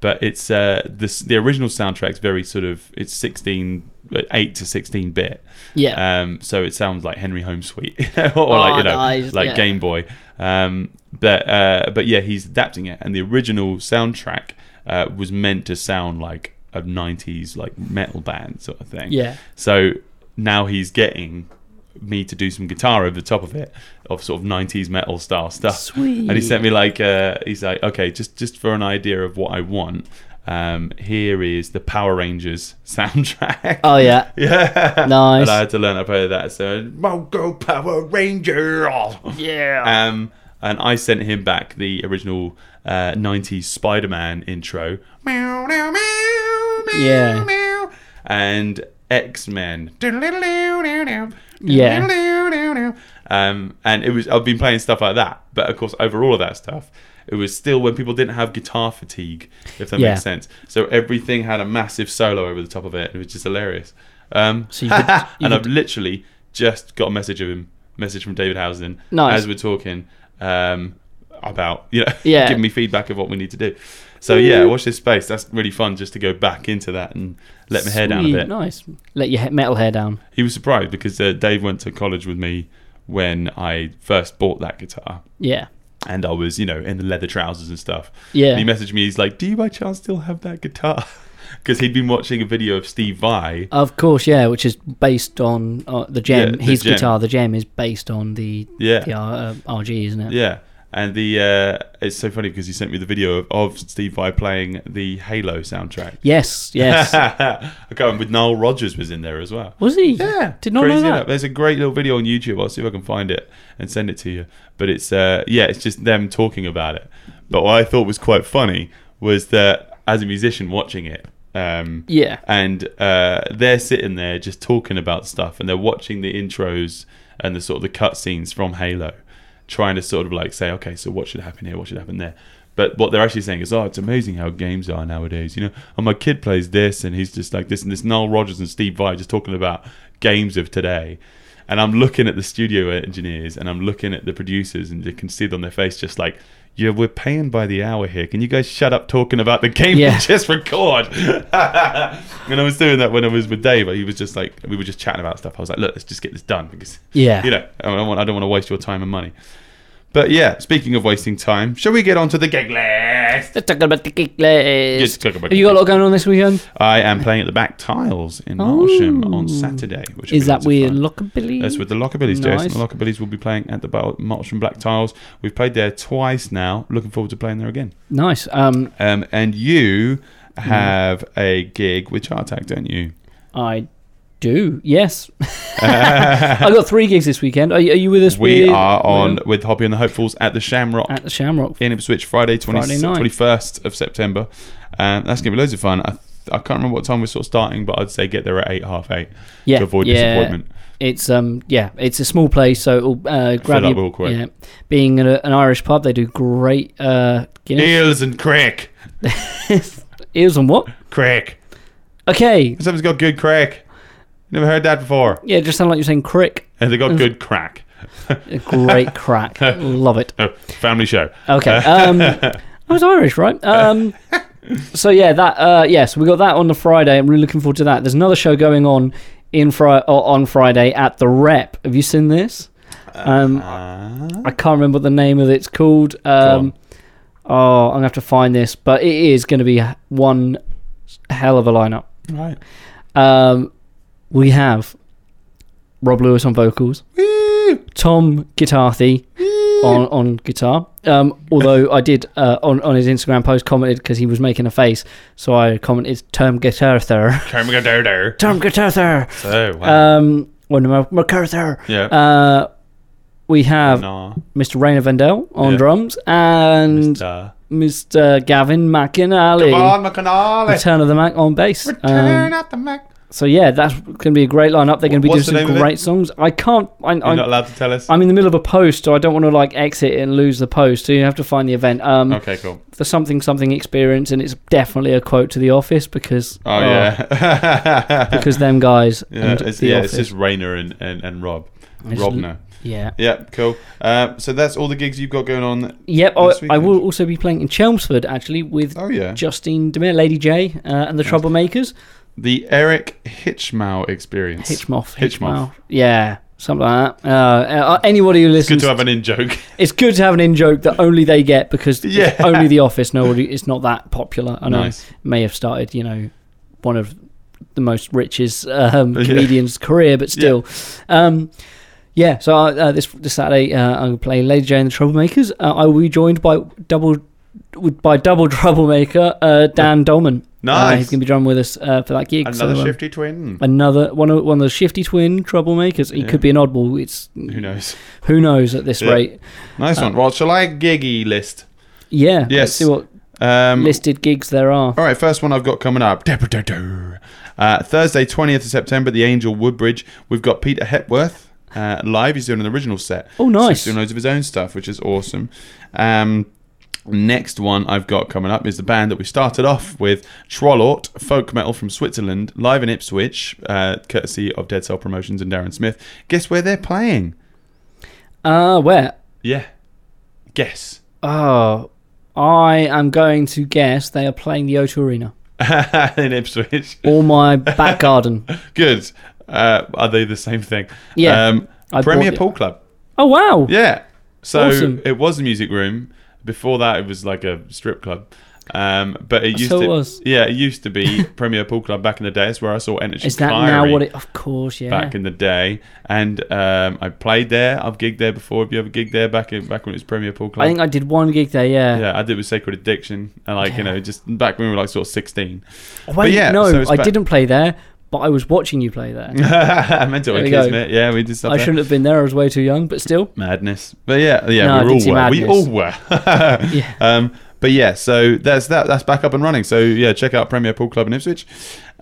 But it's uh, this, the original soundtrack's very sort of it's sixteen uh, eight to sixteen bit,
Yeah, Oh,
um, so it sounds like Henry Home Suite (laughs) or like you know
nice,
like
yeah.
Game Boy. Um, but uh, but yeah, he's adapting it, and the original soundtrack uh, was meant to sound like a '90s like metal band sort of thing.
Yeah.
So now he's getting me to do some guitar over the top of it of sort of 90s metal style stuff
Sweet.
and he sent me like uh, he's like okay just just for an idea of what i want um here is the power rangers soundtrack
oh yeah,
yeah. (laughs)
Nice.
And I had to learn how to play that. So, Mongo Power Ranger.
yeah.
Um, and I sent him back the original uh, 90s Spider Man intro. Meow, meow, meow, meow,
Yeah.
meow. And X Men.
Yeah.
Um, and it was I've been playing stuff like that, but of course over all of that stuff, it was still when people didn't have guitar fatigue, if that
Yeah.
makes sense. So everything had a massive solo over the top of it, and it was just hilarious. Um, (laughs)
So you could- you
and I've
could-
literally just got a message of him, message from David Housen,
Nice.
as we're talking um, about you know (laughs)
Yeah.
giving me feedback of what we need to do. So yeah, watch this space. That's really fun just to go back into that and let my hair down a
Sweet,
bit
Nice. Let your he- metal hair down.
he was surprised because uh, Dave went to college with me when I first bought that guitar.
Yeah.
And I was, you know, in the leather trousers and stuff.
Yeah.
And he messaged me. He's like, "Do you by chance still have that guitar?" (laughs) Because he'd been watching a video of Steve Vai.
Of course, yeah, which is based on uh, the
Yeah,
gem.
the
His
gem.
guitar, the gem, is based on the
Yeah.
the R, uh, RG, isn't it?
Yeah. And the uh, it's so funny because he sent me the video of, of Steve Vai playing the Halo soundtrack.
Yes,
(laughs)
yes.
okay, and with Noel Rogers was in there as well.
Was he?
Yeah,
Did not
crazy
know
enough.
that.
There's a great little video on YouTube. I'll see if I can find it and send it to you. But it's uh, yeah, it's just them talking about it. But what I thought was quite funny was that as a musician watching it, um,
Yeah.
and uh, they're sitting there just talking about stuff, and they're watching the intros and the sort of the cutscenes from Halo, trying to sort of like say, okay, so what should happen here? What should happen there? But what they're actually saying is, oh, it's amazing how games are nowadays. You know, oh, my kid plays this, and he's just like this, and this. Noel Rogers and Steve Vai just talking about games of today. And I'm looking at the studio engineers and I'm looking at the producers, and you can see it on their face just like, yeah, we're paying by the hour here. Can you guys shut up talking about the game
Yeah.
and (laughs) just record? and I was doing that when I was with Dave. He was just like, we were just chatting about stuff. I was like, look, let's just get this done because,
Yeah.
you know, I don't want, I don't want to waste your time and money. But yeah, speaking of wasting time, shall we get on to the gig list?
Let's talk about the kick list.
Just talk about
Have you got a
the
lot going on this weekend?
I am playing at the Back Tiles in Marsham on Saturday. Which will
Is
be
that
lots of
weird?
fun.
Lockabilly?
That's with the Lockabillies, Jason.
Nice.
The Lockabillies will be playing at the Bar- Marcham Black Tiles. We've played there twice now. Looking forward to playing there again.
nice. Um,
Um, and you
Hmm.
have a gig with Chart Attack, don't you?
I do.
(laughs)
Yes. (laughs) I got three gigs this weekend. Are, you- are you with us?
We
with-
are on
with-
with Hoppy and the Hopefuls at the Shamrock
at the Shamrock.
in Ipswich Friday, 20,
Friday night.
21st of September. Um, that's going to be loads of fun. I, I can't remember what time we're sort of starting, but I'd say get there at 8, half 8
Yeah,
to avoid
yeah.
disappointment.
It's um yeah, it's a small place, so it'll uh, grab
up
you.
real quick.
Yeah, being a, an Irish pub, they do great uh, Guinness
Eels and crack.
eels
(laughs)
and what?
Crack.
Okay,
Someone's got good crack. Never heard that before.
yeah, it just sound like you're saying crick.
And they got good crack. (laughs)
Great crack, love it.
Oh, family show. (laughs)
Okay. Um, I was Irish, right? Um, so yeah, that uh, yes, we got that on the Friday. I'm really looking forward to that. There's another show going on in Fri- or on Friday at the Rep. Have you seen this? Um,
Uh,
I can't remember what the name of it's called. Um, oh, I'm gonna have to find this, but it is gonna be one hell of a lineup.
Right.
Um, we have Rob Lewis on vocals, Tom Guitarthy on on guitar. Um, although I did uh, on on his Instagram post commented because he was making a face, so I commented term guitarther,
(laughs) Can we go there there?
term guitarther.
So, wow.
Um, one of my MacArthur.
yeah.
Uh, we have
nah.
Mr. Rainer Vendel on
Yeah.
drums and
Duh.
Mr. Gavin
Come
McInally.
on, McAnally.
Return of the Mac on bass. (laughs) Um,
Return at the Mac.
So yeah, that's going to be a great lineup. They're going to be doing
What's the
some
name of it?
great songs. I can't. I,
You're not
I'm,
allowed to tell us?
I'm in the middle of a post, so I don't want to like exit and lose the post. So you have to find the event. Um,
okay, cool.
the something something experience, and it's definitely a quote to The Office because oh,
Oh, yeah. (laughs)
because them guys
yeah,
and
it's,
The
yeah it's
Office.
just Rainer and, and, and Rob.
just
Rob
l-
now.
yeah.
Yeah, cool. Um, so that's all the gigs you've got going on.
Yep.
This
I, I will
weekend.
also be playing in Chelmsford actually with
Oh, yeah.
Justine Demir, Lady J, uh, and the Troublemakers.
The Eric Hitchmow experience.
Hitchmoff.
Hitchmoff.
Hitchmoff. Yeah. Something like that. Uh, uh, anybody who
Good
listens
to have an in joke.
It's good to have an in joke that only they get because it's
Yeah.
only The Office. Nobody, it's not that popular. (laughs) I know
Nice.
it may have started, you know, one of the most richest
(laughs)
um,
Yeah.
comedian's career, but still, yeah. Um, yeah so uh, this this Saturday, uh, I'm gonna play Lady Jane and the Troublemakers. Uh, I will be joined by double with- by double troublemaker uh, Dan Dolman. Uh,
Nice.
he's gonna be drumming with us uh, for that gig.
Another
so, um,
shifty twin.
Another one of one of the shifty twin troublemakers. He
Yeah.
could be an oddball. It's
Who knows?
who knows at this
Yeah.
rate. Uh,
Nice one. Well, shall I giggy list?
Yeah.
Yes.
Let's see what
Um,
listed gigs there are.
All right, first one I've got coming up. Uh, Thursday, 20th of September, The Angel Woodbridge. We've got Peter Hepworth uh, live. He's doing an original set.
Oh,
So
nice.
he's doing loads of his own stuff, which is awesome. Um, next one I've got coming up is the band that we started off with, Trollort, folk metal from Switzerland, live in Ipswich, uh, courtesy of Dead Cell Promotions and Darren Smith. Guess where they're playing?
Uh, where?
Yeah. Guess. (laughs)
Oh, I am going to guess they are playing the O2 Arena
in Ipswich. (laughs)
or my back garden.
Good. Uh, are they the same thing?
Yeah.
Um,
I
Premier
bought it.
Pool Club.
Oh wow!
Yeah. So
Awesome.
it was a music room. Before that, it was like a strip club. Um, but it used
so it
to,
was.
yeah, it used to
(laughs)
be Premier Pool Club back in the day. That's where I saw Energy.
Is that now what it? Of course, yeah.
back in the day? And um, I played there. I've gigged there before. Have you ever gigged there back in back when it was Premier Pool Club?
I think I did one gig there. Yeah.
yeah, I did with Sacred Addiction, and like you know, just back when we were like sort of sixteen. (laughs)
Wait,
But yeah,
no,
so it's
I
back-
didn't play there, but I was watching you
(laughs)
play there.
Mental
There we
kids,
go.
mate. Yeah, we did stuff.
I
there.
shouldn't have been there. I was way too young, but still.
madness. But yeah, yeah,
No, I
we
did see
all were. We
madness.
all were. (laughs)
Yeah.
Um, but yeah, so that's that. That's back up and running. So yeah, check out Premier Pool Club in Ipswich.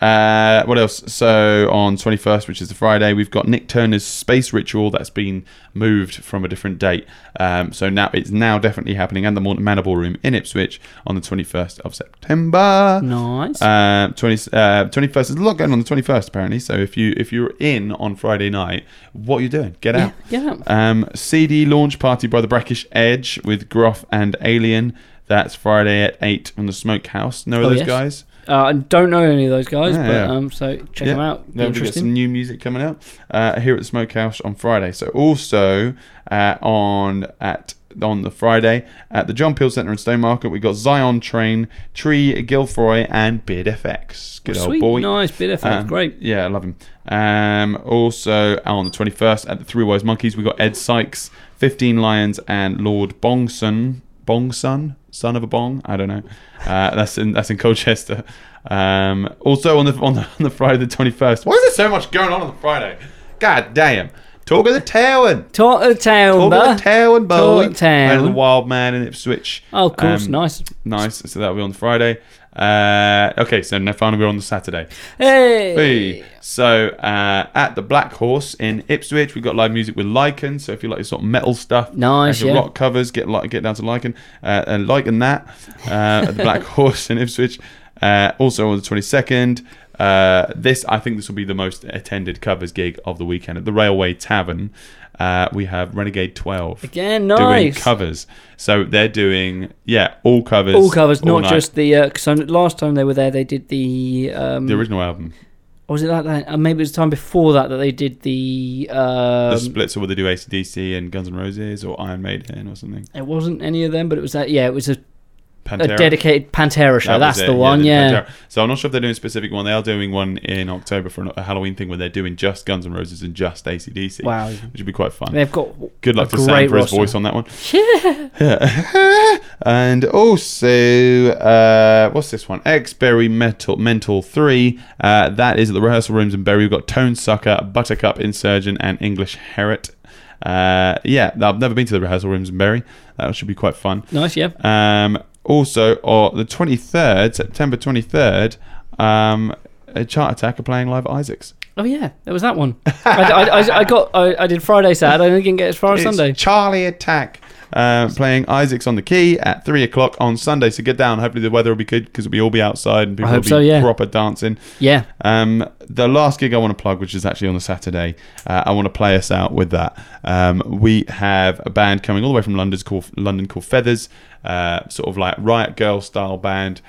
Uh, what else? So on twenty first, which is the Friday, we've got Nick Turner's Space Ritual that's been moved from a different date. Um, so now it's now definitely happening, and the Mon- Manable Room in Ipswich on the twenty first of September.
Nice.
Uh, 20, uh, 21st. There's a lot going on the 21st, apparently. So if you if you're in on Friday night, what are you doing? Get out.
get out.
Um, CD launch party by the Brackish Edge with Groff and Alien. That's Friday at eight on the Smokehouse. Know
Oh,
those
yes.
guys?
Uh, I don't know any of those guys,
Yeah,
but
yeah.
um, so check
Yeah.
them out. Be
They've got some
Interesting.
new music coming out uh, here at the Smokehouse on Friday. So also uh, on at on the Friday at the John Peel Centre in Stone Market, we got Zion Train, Tree Gilfroy, and Beard FX. Good old
Oh, Sweet,
boy.
nice bit of fun.
Um,
Great.
Yeah, I love him. Um, also on the 21st at the Three Wise Monkeys, we got Ed Sykes, 15 Lions, and Lord Bongson. Bongson? Son of a bong? I don't know. Uh, (laughs) that's in that's in Colchester. Um, also on the on the, on the Friday the 21st. Why is there so much going on on the Friday? God damn. Talk of the town.
Talk of the town,
Talk of
bruh.
the town, boy.
Talk of the town.
And the wild man in Ipswich.
Oh, of course.
Um,
nice.
Nice. So that'll be on Friday. Uh, okay, so now finally we're on the Saturday.
Hey.
Hey. So uh, at the Black Horse in Ipswich, we've got live music with Lycan. So if you like your sort of metal stuff,
Nice,
and your
yeah.
rock covers, get li- get down to Lycan uh, and Lycan that uh, at the
(laughs)
Black Horse in Ipswich. Uh, also on the twenty second. Uh, this I think this will be the most attended covers gig of the weekend at the Railway Tavern. Uh, we have Renegade Twelve
Again,
doing
nice.
covers, so they're doing yeah all covers,
All covers,
all
not
night.
just the. uh, Because last time they were there, they did the. Um,
the original album.
or was it like that? Uh, maybe it was the time before that that they did the. Um,
the splits or would they do ACDC and Guns N' Roses or Iron Maiden or something?
it wasn't any of them, but it was that. Yeah, it was a, a
Pantera.
dedicated Pantera show.
That was
That's
it,
the one.
they did
Yeah.
Pantera. So I'm not sure if they're doing a specific one. They are doing one in October for an- a Halloween thing where they're doing just Guns N' Roses and just ACDC.
Wow.
Which would be quite fun.
They've got.
Good luck to
a
Sam
great
for his
roster.
voice on that
(laughs)
one. (laughs) Yeah. and also, uh, what's this one? Xberry Metal Mental 3. Uh, that is at the rehearsal rooms in Berry. We've got Tone Sucker, Buttercup Insurgent, and English Herret. Uh, yeah, I've never been to the rehearsal rooms in Berry. That should be quite fun.
Nice, yeah.
Um, also, on the 23rd, September 23rd, um, uh, Chart Attack are playing live at Isaac's.
Oh yeah, there was that one. I, I, I, I got. I, I did Friday, Saturday. and I didn't get as far as
It's
Sunday.
Charlie Attack. Uh, playing Isaac's on the key at three o'clock on Sunday, so get down. Hopefully the weather will be good because we'll all be outside and people will
hope
be
so, yeah.
proper dancing.
yeah.
Um, the last gig I want to plug, which is actually on the Saturday, uh, I want to play us out with that. Um, we have a band coming all the way from London's called London called Feathers, uh, sort of like Riot Girl style band.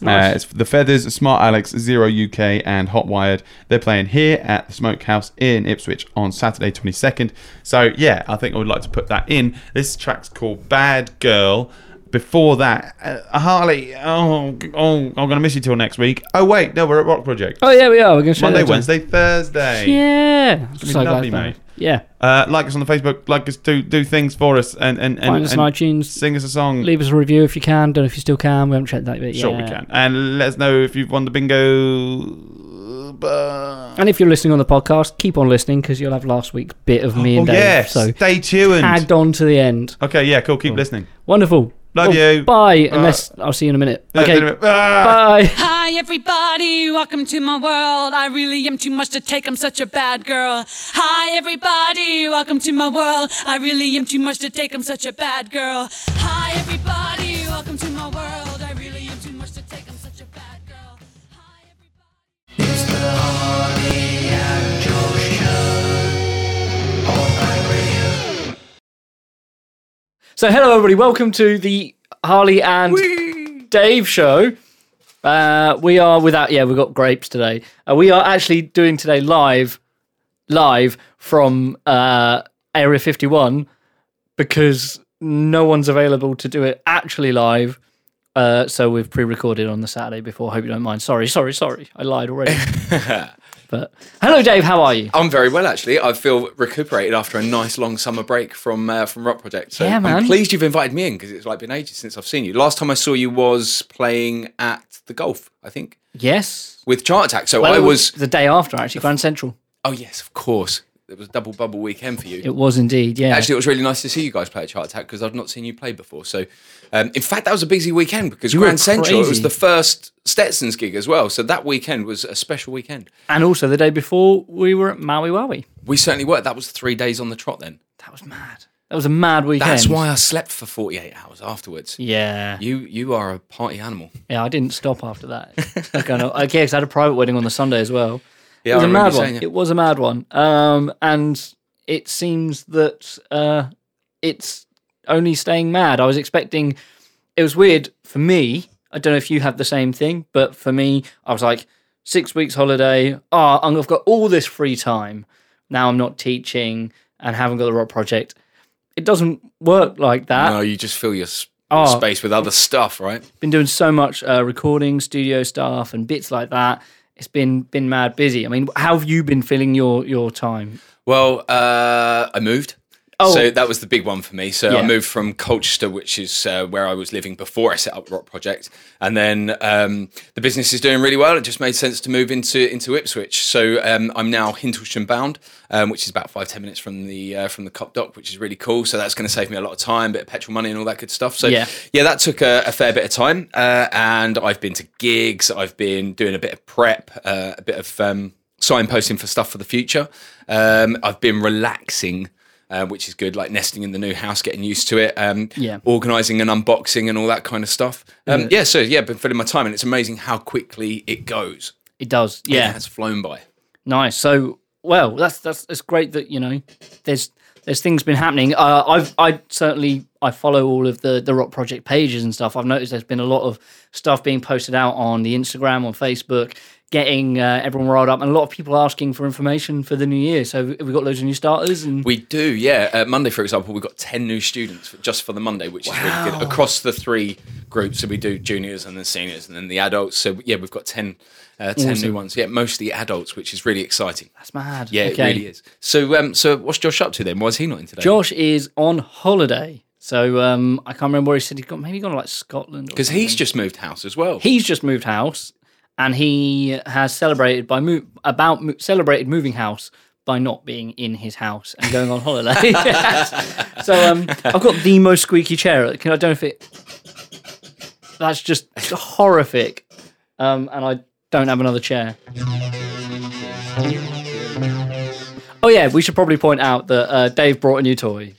Uh,
Nice.
it's the Feathers, Smart Alex, Zero UK, and Hot Wired. They're playing here at the Smokehouse in Ipswich on Saturday, 22nd. So, yeah, I think I would like to put that in. This track's called Bad Girl. Before that, uh, Harley, oh, oh, I'm going to miss you till next week. Oh, wait, no, we're at Rock Project.
Oh yeah, we are. We're gonna show
Monday,
that to-
Wednesday, Thursday.
Yeah.
be
So glad
lovely,
for that.
mate.
Yeah.
Uh, like us on the Facebook, like us, do do things for us, and and, and,
Find us
and
on iTunes.
sing us a song.
Leave us a review if you can. Don't know if you still can. We haven't checked that yet.
Sure, we can. And let us know if you've won the bingo. uh, Bah.
And if you're listening on the podcast, keep on listening because you'll have last week's bit of me
Oh
and Dave.
yeah,
So
stay tuned.
tagged on to the end.
Okay, yeah, cool. Keep listening.
Wonderful.
Love you.
Bye. Unless I'll see you in a minute. Okay.
Ah!
(laughs) Bye.
Hi, everybody. Welcome to my world. I really am too much to take. I'm such a bad girl. Hi, everybody. Welcome to my world. I really am too much to take. I'm such a bad girl. Hi, everybody. Welcome to my world. I really am too much to take. I'm such a bad girl. Hi, everybody.
So hello everybody, welcome to the Harley and Dave show. Uh, we are without yeah, we've got grapes today. Uh, we are actually doing today live, live from uh, Area 51 because no one's available to do it actually live Uh, so we've pre-recorded on the Saturday before. Hope you don't mind. Sorry, sorry, sorry. I lied already. but hello, Dave. How are you?
I'm very well, actually. I feel recuperated after a nice long summer break from uh, from Rock Project. So
Yeah, man.
I'm pleased you've invited me in because it's like been ages since I've seen you. Last time I saw you was playing at the golf, I think,
Yes.
with Chart Attack. So
Well,
I
it
was.
the day after actually Grand Central.
Oh yes, of course. It was a double bubble weekend for you.
It was indeed. Yeah.
Actually, it was really nice to see you guys play at Chart Attack because I've not seen you play before. So, um, in fact, that was a busy weekend because
You were
Grand Central it was
crazy.
the first Stetson's gig as well. So that weekend was a special weekend.
and also the day before we were at Maui Waui.
We certainly were. That was three days on the trot then.
That was mad. That was a mad weekend.
That's why I slept for 48 hours afterwards.
Yeah.
You you are a party animal.
Yeah. I didn't stop after that. It's like, I know- okay, because I had a private wedding on the Sunday as well.
Yeah,
it was
I
a
remember
mad
you
one.
saying it.
It was a mad one. Um, and it seems that uh, it's only staying mad. I was expecting. It was weird for me. I don't know if you have the same thing, but for me, I was like six weeks holiday. Ah, oh, I've got all this free time. Now I'm not teaching and haven't got the rock project. It doesn't work like that.
no, you just fill your s-
Oh.
space with other stuff, right?
been doing so much uh, recording, studio stuff, and bits like that. It's been been mad busy. I mean, how have you been filling your your time?
Well, uh, I moved.
Oh.
So that was the big one for me. So
Yeah.
I moved from Colchester, which is uh, where I was living before I set up Rock Project, and then um, the business is doing really well. It just made sense to move into into Ipswich. So um, I'm now Hindlesham bound, um, which is about five ten minutes from the uh, from the Cop Dock, which is really cool. So that's going to save me a lot of time, bit of petrol money, and all that good stuff. So
Yeah.
yeah, that took a, a fair bit of time, uh, and I've been to gigs. I've been doing a bit of prep, uh, a bit of um, signposting for stuff for the future. Um, I've been relaxing, uh, which is good, like nesting in the new house, getting used to it, um,
Yeah.
organising and unboxing and all that kind of stuff. Um, yeah, so yeah, been filling my time, and it's amazing how quickly it goes.
It does, yeah,
it's flown by.
nice. So, well, that's that's it's great that you know there's there's things been happening. Uh, I've I certainly I follow all of the the Rock Project pages and stuff. I've noticed there's been a lot of stuff being posted out on the Instagram, on Facebook, getting uh, everyone riled up, and a lot of people asking for information for the new year. So, have we got loads of new starters and
We do, yeah. Uh, Monday, for example, we've got 10 new students for- just for the Monday, which is really good. Across the three groups, so we do juniors and then seniors and then the adults. So, yeah, we've got 10, uh, 10 new ones. Yeah, mostly adults, which is really exciting.
that's mad.
Yeah,
okay.
it really is. So, um, so what's Josh up to then? Why is he not in today?
Josh is on holiday. So um, I can't remember where he said he got maybe gone to like Scotland. or
Because he's
something.
just moved house as well.
he's just moved house, and he has celebrated by move about mo- celebrated moving house by not being in his house and going on (laughs) holiday. Yes. So um, I've got the most squeaky chair. Can I don't know if it. That's just horrific, um, and I don't have another chair. Oh yeah, we should probably point out that uh, Dave brought a new toy.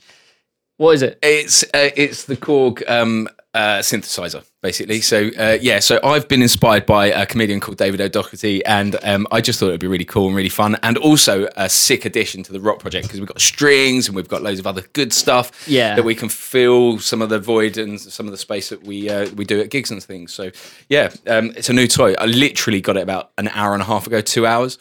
What is it?
It's uh, it's the Korg um, uh, synthesizer, basically. So uh, yeah, so I've been inspired by a comedian called David O'Doherty, and um, I just thought it would be really cool and really fun, and also a sick addition to the rock project because we've got strings and we've got loads of other good stuff.
Yeah.
that we can fill some of the void and some of the space that we uh, we do at gigs and things. So yeah, um, it's a new toy. I literally got it about an hour and a half ago, two hours.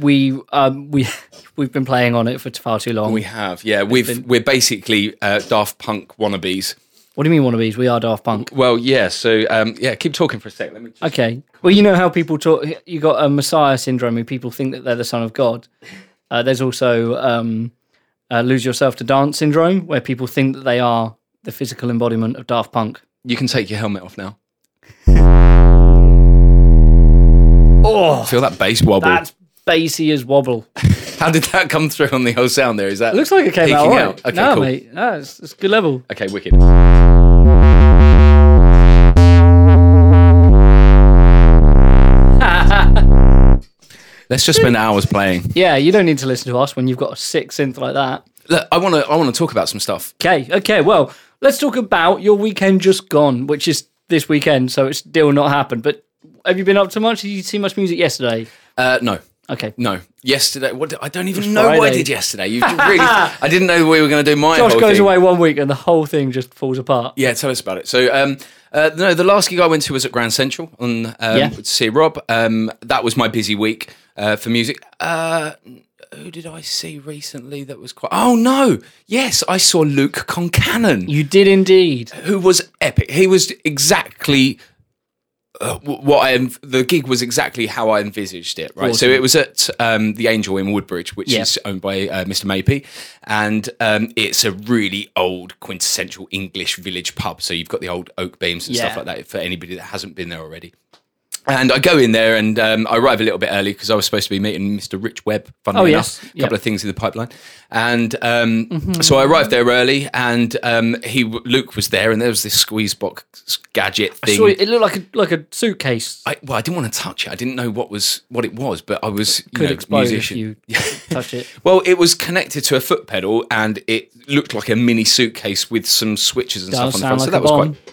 We um, we (laughs) we've been playing on it for t- far too long.
We have yeah, we've we're basically uh, Daft Punk wannabes.
what do you mean one of these? We are Daft Punk.
Well, yeah. So, um, yeah, keep talking for a sec. Let me. Just...
Okay. Well, you know how people talk. You got a Messiah syndrome, where people think that they're the son of God. Uh, there's also um, uh, lose yourself to dance syndrome, where people think that they are the physical embodiment of Daft Punk.
You can take your helmet
(laughs)
off now. Oh, feel that bass wobble.
That's bassy as wobble.
How did that come through on the whole sound? There is that.
It looks like it came out.
peeking
Right.
Okay,
no,
cool.
mate, no, it's, it's good level.
Okay,
(laughs)
wicked. Let's just spend hours playing.
Yeah, you don't need to listen to us when you've got a sick synth like that.
Look, I want to. I want to talk about some stuff.
Okay, okay. Well, let's talk about your weekend just gone, which is this weekend, so it's still not happened. But have you been up to much? Did you see much music yesterday?
Uh, no,
Okay.
no. Yesterday, what? did- I don't even know what I
Friday.
did yesterday. You
(laughs)
really? I didn't know we were going to do my.
Josh
whole
goes
thing.
away one week and the whole thing just falls apart.
Yeah, tell us about it. So, um, uh, no, the last gig I went to was at Grand Central on um,
Yeah.
to see Rob. Um, that was my busy week uh, for music. Uh, who did I see recently that was quite? Oh no, yes, I saw Luke Concannon,
You did indeed.
who was epic. He was exactly uh, w- what I env- the gig was exactly how I envisaged it. Right, so
Awesome.
it was at um, the Angel in Woodbridge, which
Yeah.
is owned by uh, Mr. Mapey, and um, it's a really old quintessential English village pub. So you've got the old oak beams and stuff
Yeah.
like that for anybody that hasn't been there already. And I go in there and um, I arrive a little bit early because I was supposed to be meeting Mr. Rich Webb, funnily
Oh,
enough.
yes.
A couple
Yeah.
of things in the pipeline. And um,
Mm-hmm.
so I arrived there early and um, he, Luke was there and there was this squeeze box gadget thing.
So it it looked like a like a suitcase.
I, well, I didn't want to touch it. I didn't know what was what it was, but I was you
Could
know,
explode
musician. (laughs)
if you (laughs) touch it.
Well, it was connected to a foot pedal and it looked like a mini suitcase with some switches and
Does
stuff on the
sound
front. so
like
that
a
was
bomb.
quite.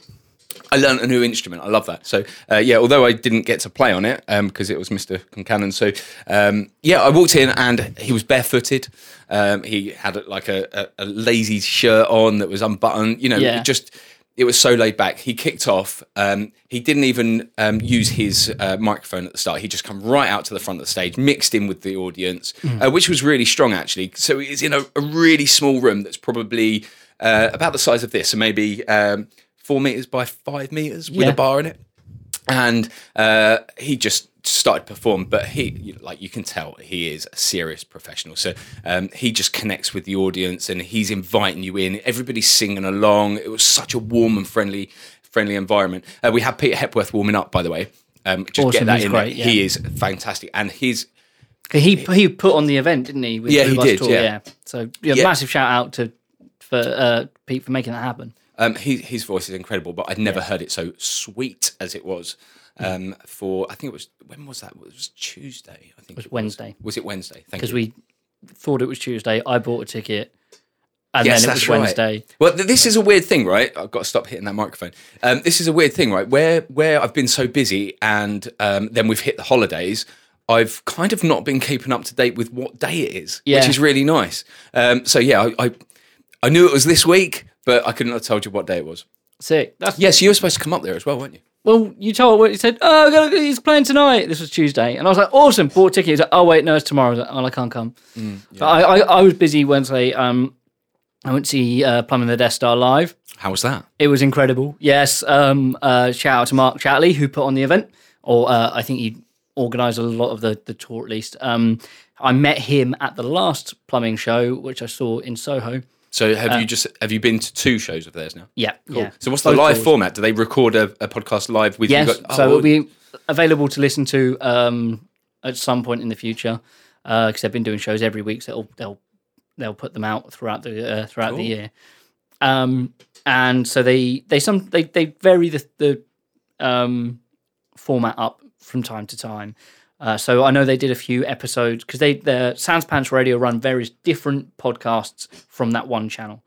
I learned a new instrument. I love that. So uh, yeah, although I didn't get to play on it because it was Mr. Concannon. So um, yeah, I walked in and he was barefooted. Um, he had like a, a, a lazy shirt on that was unbuttoned. You know,
Yeah.
just it was so laid back. He kicked off. Um, he didn't even um, use his uh, microphone at the start. He just come right out to the front of the stage, mixed in with the audience, uh, which was really strong actually. So it's in a, a really small room that's probably uh, about the size of this, so maybe um, four meters by five meters with
Yeah.
a bar in it and uh, he just started to perform but he you know, like you can tell he is a serious professional so um, he just connects with the audience and he's inviting you in everybody's singing along it was such a warm and friendly friendly environment uh, we had peter hepworth warming up by the way um, just
Awesome,
get that
he's
in there.
great,
he
yeah.
is fantastic and his
He he put on the event, didn't he? With
Yeah,
Blue
he
Bus
did,
Tour,
yeah.
So yeah,
Yeah.
massive shout out to for uh, Pete for making that happen.
Um, he, his voice is incredible, but I'd never heard it so sweet as it was. Um, for I think it was when was that? It was Tuesday. I think it was
Wednesday.
Was it Wednesday? Thank
Because
you.
we thought it was Tuesday. I bought a ticket, and
Yes,
then it
that's
was
right.
Wednesday.
Well, th- this is a weird thing, right? I've got to stop hitting that microphone. Um, this is a weird thing, right? Where where I've been so busy, and um, then we've hit the holidays. I've kind of not been keeping up to date with what day it is, which
Yeah.
is really nice. Um, so yeah, I, I I knew it was this week, but I couldn't have told you what day it was.
Sick. That's
Yes, you were supposed to come up there as well, weren't you?
Well, you told what you said. Oh, I gotta- he's playing tonight. This was Tuesday, and I was like, awesome. Bought a ticket. He's like, oh wait, no, it's tomorrow. I was like, oh, I can't come.
Mm,
But I, I, I was busy Wednesday. Um, I went to see uh, Plumbing the Death Star live.
How was that?
It was incredible. Yes. Um, uh, shout out to Mark Chatley who put on the event, or uh, I think he organised a lot of the, the tour at least. Um, I met him at the last plumbing show, which I saw in Soho.
So have
Uh,
you just have you been to two shows of theirs now?
Yeah. yeah.
So what's the
Both
live
tours.
format? Do they record a, a podcast live with
Yes,
you? guys?
so
Oh,
it'll be available to listen to um, at some point in the future because they've been doing shows every week, so they'll they'll they'll put them out throughout the uh, throughout the year. Um, and so they they some they they vary the the um, format up from time to time. Uh, so I know they did a few episodes because they their Sans Pants Radio run various different podcasts from that one channel.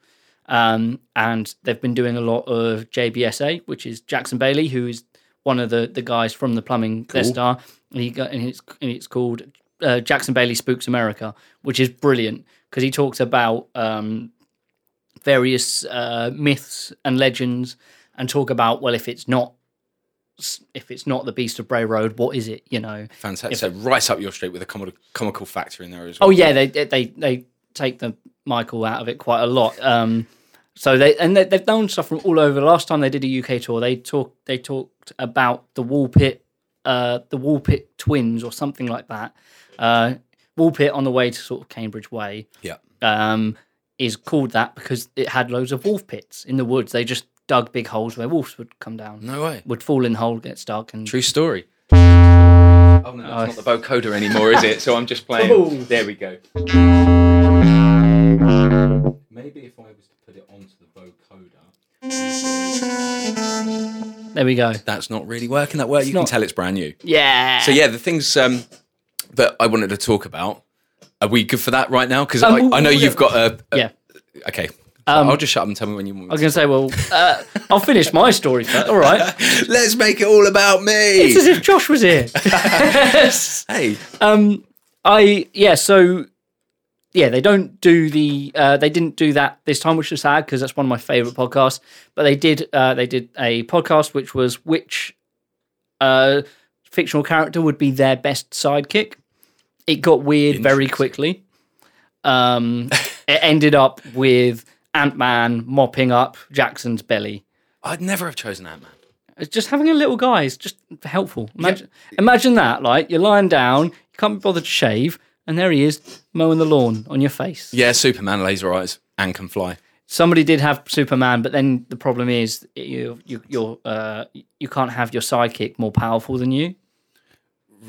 Um, and they've been doing a lot of JBSA, which is Jackson Bailey, who is one of the, the guys from the plumbing cool. star. And he got, and it's and it's called uh, Jackson Bailey Spooks America, which is brilliant because he talks about um, various uh, myths and legends and talk about well if it's not if it's not the Beast of Bray Road, what is it? You know,
fantastic. So right up your street with a comical, comical factor in there as well.
Oh yeah, they they they take the Michael out of it quite a lot. Um, so they and they, they've done stuff from all over. Last time they did a UK tour, they talk they talked about the Woolpit, uh, the Woolpit twins or something like that. Uh, Woolpit on the way to sort of Cambridge Way
yeah.
um, is called that because it had loads of wolf pits in the woods. They just dug big holes where wolves would come down,
No way.
would fall in the hole, get stuck, and
True story. Oh no, it's not the vocoder anymore, is it? So I'm just playing. There we go. Maybe if I was to put it onto the vocoder.
there we go.
That's not really working that well. you can
not-
tell it's brand new.
Yeah.
So yeah, the things um, that I wanted to talk about. Are we good for that right now? Because
Um,
I, I know
we'll-
you've got a, a
yeah.
Okay. I'll just shut up and tell me when you want.
I was
me
going to say, well, uh, I'll finish my story first. All
(laughs)
right.
to. Let's make it all about me.
It's as if Josh was (laughs) here.
hey,
Um, I yeah, so yeah, they don't do the uh, they didn't do that this time, which is sad because that's one of my favorite podcasts. But they did uh, they did a podcast which was which uh, fictional character would be their best sidekick. It got weird very quickly. (laughs) um, it ended up with Ant Man mopping up Jackson's belly.
I'd never have chosen Ant Man.
It's Just having a little guy is just helpful. Imagine, imagine that, like you're lying down, you can't be bothered to shave, and there he is mowing the lawn on your face.
Yeah, Superman, laser eyes, and can fly.
Somebody did have Superman, but then the problem is you you you're, uh, you can't have your sidekick more powerful than you.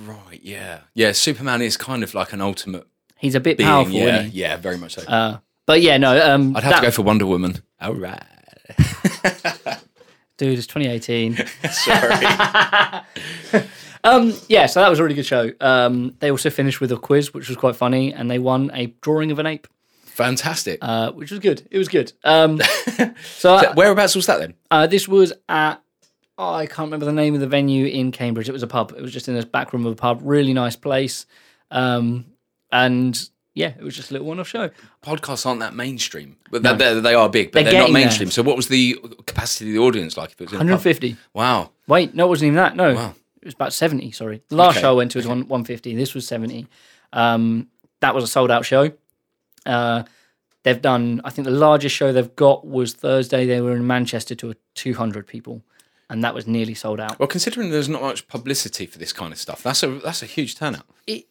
Right. Yeah. Yeah. Superman is kind of like an ultimate
He's a bit
being.
powerful,
yeah.
isn't he?
Yeah. Very much so.
But yeah, no. Um,
I'd have
that-
to go for Wonder Woman. All right.
dude. It's
(laughs)
2018.
Sorry.
(laughs) Um, yeah, so that was a really good show. Um, they also finished with a quiz, which was quite funny, and they won a drawing of an ape,
Fantastic.
uh, which was good. It was good.
(laughs)
Um, so uh,
Whereabouts was that then?
uh, this was at oh, I can't remember the name of the venue in Cambridge. It was a pub. It was just in this back room of a pub. Really nice place. Um, and yeah, it was just a little one-off show.
Podcasts aren't that mainstream, but they're, they're, they are big, but
They're
they're, not
getting there.
mainstream. So, what was the capacity of the audience like? If it was in a pub?
150.
Wow.
Wait, no, it wasn't even that. No,
Wow.
it was about seventy. Sorry, the last
Okay.
show I went to was one one fifty. This was seventy. Um, that was a sold out show. Uh, they've done. I think the largest show they've got was Thursday. They were in Manchester to two hundred people, and that was nearly sold out.
Well, considering there's not much publicity for this kind of stuff, that's a that's a huge turnout.
it,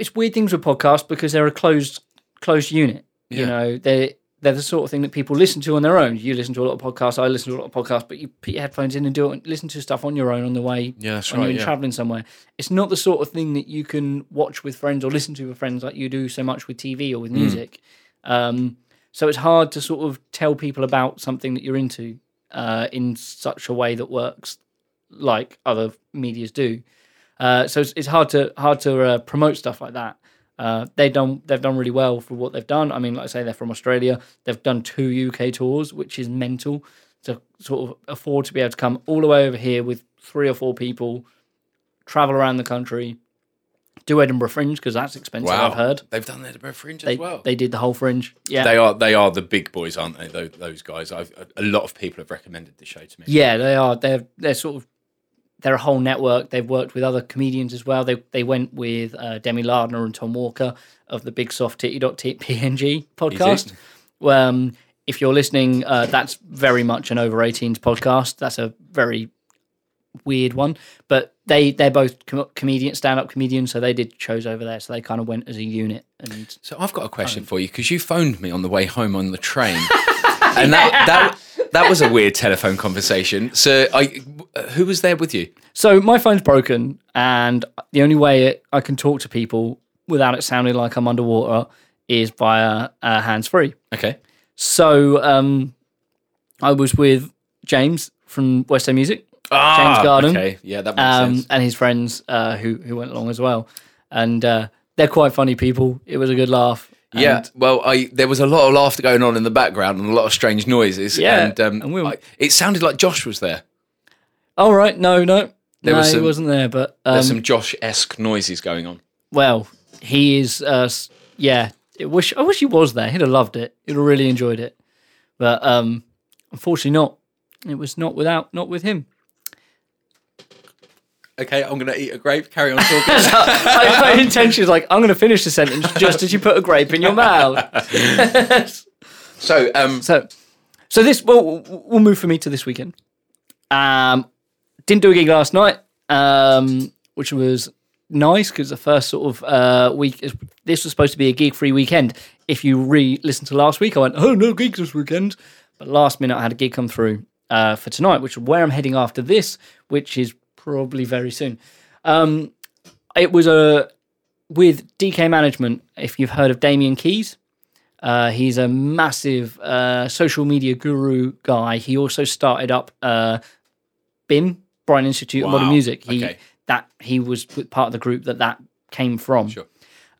it's weird things with podcasts because they're a closed closed unit. You
Yeah.
know, they they're the sort of thing that people listen to on their own. You listen to a lot of podcasts. I listen to a lot of podcasts, but you put your headphones in and do it. Listen to stuff on your own on the way.
Yeah, that's
when
right,
You're
yeah.
traveling somewhere. It's not the sort of thing that you can watch with friends or listen to with friends like you do so much with TV or
Mm.
with music. Um, so it's hard to sort of tell people about something that you're into uh, in such a way that works, like other media's do. Uh, so it's, it's hard to hard to uh, promote stuff like that. Uh, they've done they've done really well for what they've done. I mean, like I say, they're from Australia. They've done two UK tours, which is mental to sort of afford to be able to come all the way over here with three or four people, travel around the country, do Edinburgh Fringe because that's expensive. I've heard
They've done their Edinburgh Fringe
they
as well.
they did the whole Fringe. Yeah,
They are they are the big boys, aren't they? Those, those guys. I've, a lot of people have recommended the show to me.
Yeah, they are. They're they're sort of they're a whole network. They've worked with other comedians as well. They they went with uh, Demi Lardner and Tom Walker of the Big Soft Titty Dot Tit PNG podcast. Um, if you're listening, uh, that's very much an over 18s podcast. That's a very weird one, but they they're both com- comedian stand up comedians, so they did shows over there. So they kind of went as a unit and
So I've got a question for you because you phoned me on the way home on the train, (laughs) and that that that was a weird telephone conversation. So I, who was there with you?
So my phone's broken, and the only way it, I can talk to people without it sounding like I'm underwater is via uh, hands free.
Okay.
So um, I was with James from West End Music,
Ah,
Garden.
Okay. Yeah, that makes
um,
sense.
and his friends uh, who who went along as well, and uh, they're quite funny people. It was a good laugh. and-
Yeah, well, I there was a lot of laughter going on in the background and a lot of strange noises.
Yeah,
and, um,
and we were-
I- it sounded like Josh was there.
All right. No, no,
There
no,
was some-
he wasn't there. But um,
There's some Josh esque noises going on.
well, he is. Uh, s- yeah, it wish I wish he was there. He'd have loved it. He'd have really enjoyed it. But um, unfortunately, not. It was not without, not with him.
Okay, I'm gonna eat a grape. Carry on talking.
I, my intention is like, I'm going to finish the sentence just as you put a grape in your mouth.
(laughs) so, um,
So, so this we'll, we'll move for me to this weekend. Um, didn't do a gig last night, um, which was nice because the first sort of uh, week is this was supposed to be a gig free weekend. If you re listen to last week, I went, oh no gigs this weekend, but last minute I had a gig come through uh, for tonight, which is where I'm heading after this, which is probably very soon. Um, it was a with DK Management. If you've heard of Damien Keys. Uh, he's a massive uh, social media guru guy. He also started up uh, BIM, Brian Institute of Modern
Wow.
Music. He
Okay.
that he was part of the group that that came from.
Sure.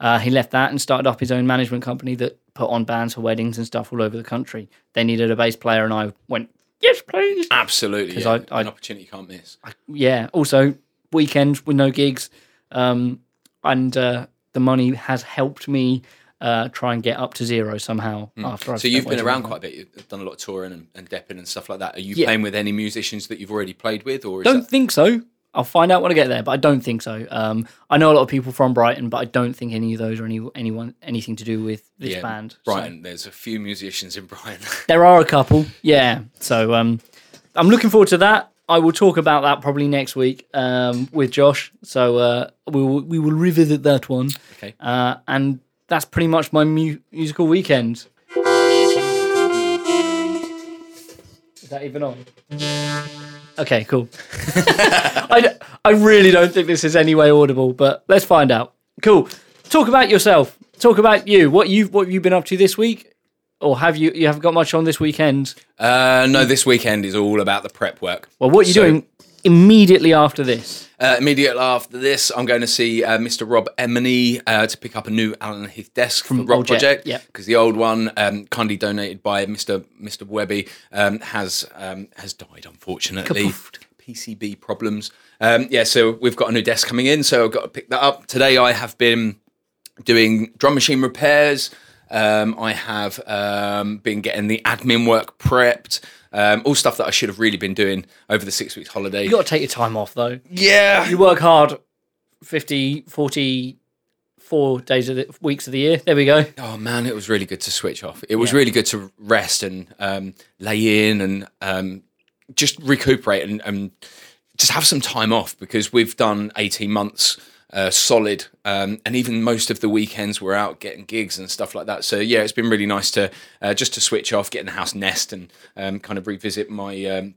Uh, he left that and started up his own management company that put on bands for weddings and stuff all over the country. They needed a bass player, and I went, "Yes, please."
absolutely,
'Cause
yeah,
I- I-
an opportunity you can't miss.
yeah. Also, weekend with no gigs, um, and uh, the money has helped me uh, try and get up to zero somehow. After I've
Hmm. So
spent
you've
way
been
too
around
much
quite a bit. You've done a lot of touring and, and depping and stuff like that. Are you
Yeah.
playing with any musicians that you've already played with, or is
Don't
that,
think so. I'll find out when I get there, but I don't think so. Um, I know a lot of people from Brighton, but I don't think any of those are any anyone anything to do with this band. so-
Brighton. There's a few musicians in Brighton. (laughs)
There are a couple, yeah. So um, I'm looking forward to that. I will talk about that probably next week um, with Josh. So uh, we will we will revisit that one.
Okay.
Uh, and that's pretty much my mu- musical weekend. Is that even on? Okay, cool. I, d- I really don't think this is any way audible, but let's find out. Cool. Talk about yourself. Talk about you. What you what have you been up to this week, or have you you haven't got much on this weekend?
uh, no, this weekend is all about the prep work.
Well, what are you
So-
doing immediately after this?
Uh, immediately after this, I'm going to see uh, Mr. Rob Emini uh, to pick up a new Alan Heath desk from Rock
Old Jet,
Project.
yeah.
because the old one, um, kindly donated by Mr. Mr. Webby, um, has um, has died unfortunately. PCB problems. Um, yeah, so we've got a new desk coming in, so I've got to pick that up today. I have been doing drum machine repairs. Um, I have um, been getting the admin work prepped. Um, all stuff that I should have really been doing over the six weeks holiday.
You got to take your time off though.
yeah,
You work hard 50, 44 days of the weeks of the year. There we go.
Oh man, it was really good to switch off. It was really good to rest and um, lay in and um, just recuperate and, and just have some time off because we've done eighteen months uh, solid, um, and even most of the weekends we're out getting gigs and stuff like that. So yeah, it's been really nice to uh, just to switch off, get in the house nest, and um, kind of revisit my. Um,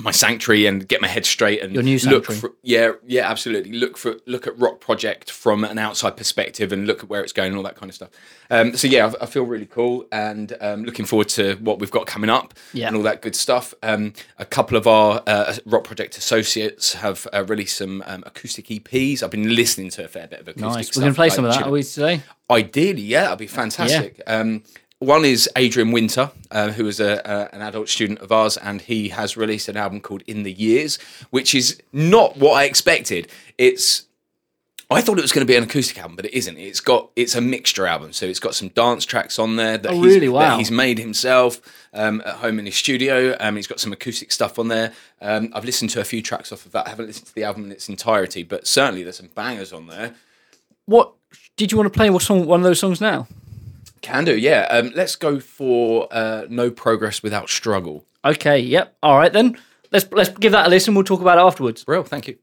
my sanctuary and get my head straight and
Your new
look
sanctuary.
for yeah yeah absolutely look for look at rock project from an outside perspective and look at where it's going and all that kind of stuff um, so yeah I, I feel really cool and um, looking forward to what we've got coming up
Yeah.
and all that good stuff um, a couple of our uh, rock project associates have uh, released some um, acoustic eps i've been listening to a fair bit of acoustic
Nice. We're
stuff,
going to play
like
some of that,
chill-
are we today?
Ideally, yeah, that'd be fantastic. Um, one is Adrian Winter, uh, who is a, uh, an adult student of ours, and he has released an album called In the Years, which is not what I expected. It's I thought it was going to be an acoustic album, but it isn't. It's got it's a mixture album, so it's got some dance tracks on there that,
Oh,
he's,
really?
that
Wow.
he's made himself um, at home in his studio. Um, he's got some acoustic stuff on there. Um, I've listened to a few tracks off of that. I haven't listened to the album in its entirety, but certainly there's some bangers on there.
What did you want to play? What song? One of those songs now?
Can do, yeah. Um, let's go for uh, no progress without struggle.
Okay. Yep. All right then. Let's let's give that a listen. We'll talk about it afterwards.
Real, thank you.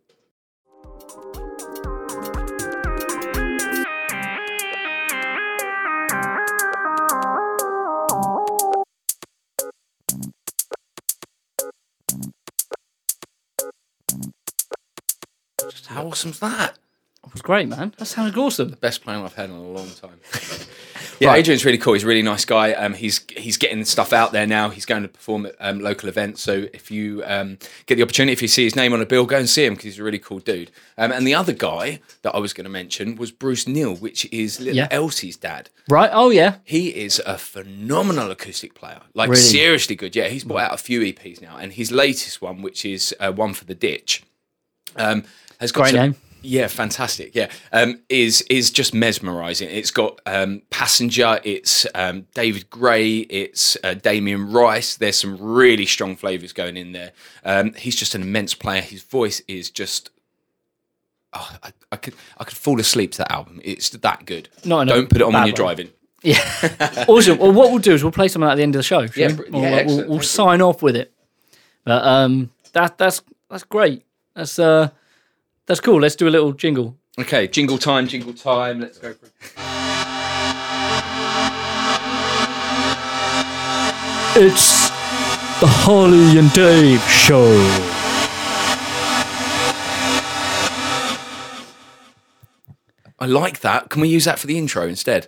How awesome's that?
It was great, man. That sounded awesome.
best plan I've had in a long time. yeah, Adrian's really cool. He's a really nice guy. Um, he's he's getting stuff out there now. He's going to perform at um, local events. So if you um, get the opportunity, if you see his name on a bill, go and see him because he's a really cool dude. Um, and the other guy that I was going to mention was Bruce Neal, which is little
Yeah.
Elsie's dad.
Right? Oh yeah.
He is a phenomenal acoustic player. Like
Really?
seriously good. Yeah, he's brought out a few EPs now, and his latest one, which is uh, one for the ditch, um, has got
Great
some-
name.
Yeah, fantastic. Yeah, um, is is just mesmerising. It's got um, passenger. It's um, David Gray. It's uh, Damien Rice. There's some really strong flavours going in there. Um, he's just an immense player. His voice is just. oh, I, I could I could fall asleep to that album. It's that good.
Not in a
Don't put it on when
bad
you're
way.
driving.
(laughs) awesome. Well, what we'll do is we'll play some of that at the end of the show. shall
Yeah,
we?
br-
We'll-
yeah,
we'll-
excellent.
we'll,
Thank you.
sign off with it. But um, that that's that's great. That's uh, that's cool. Let's do a little jingle.
Okay, jingle time, jingle time. Let's go. For it.
It's the Holly and Dave show.
I like that. Can we use that for the intro instead?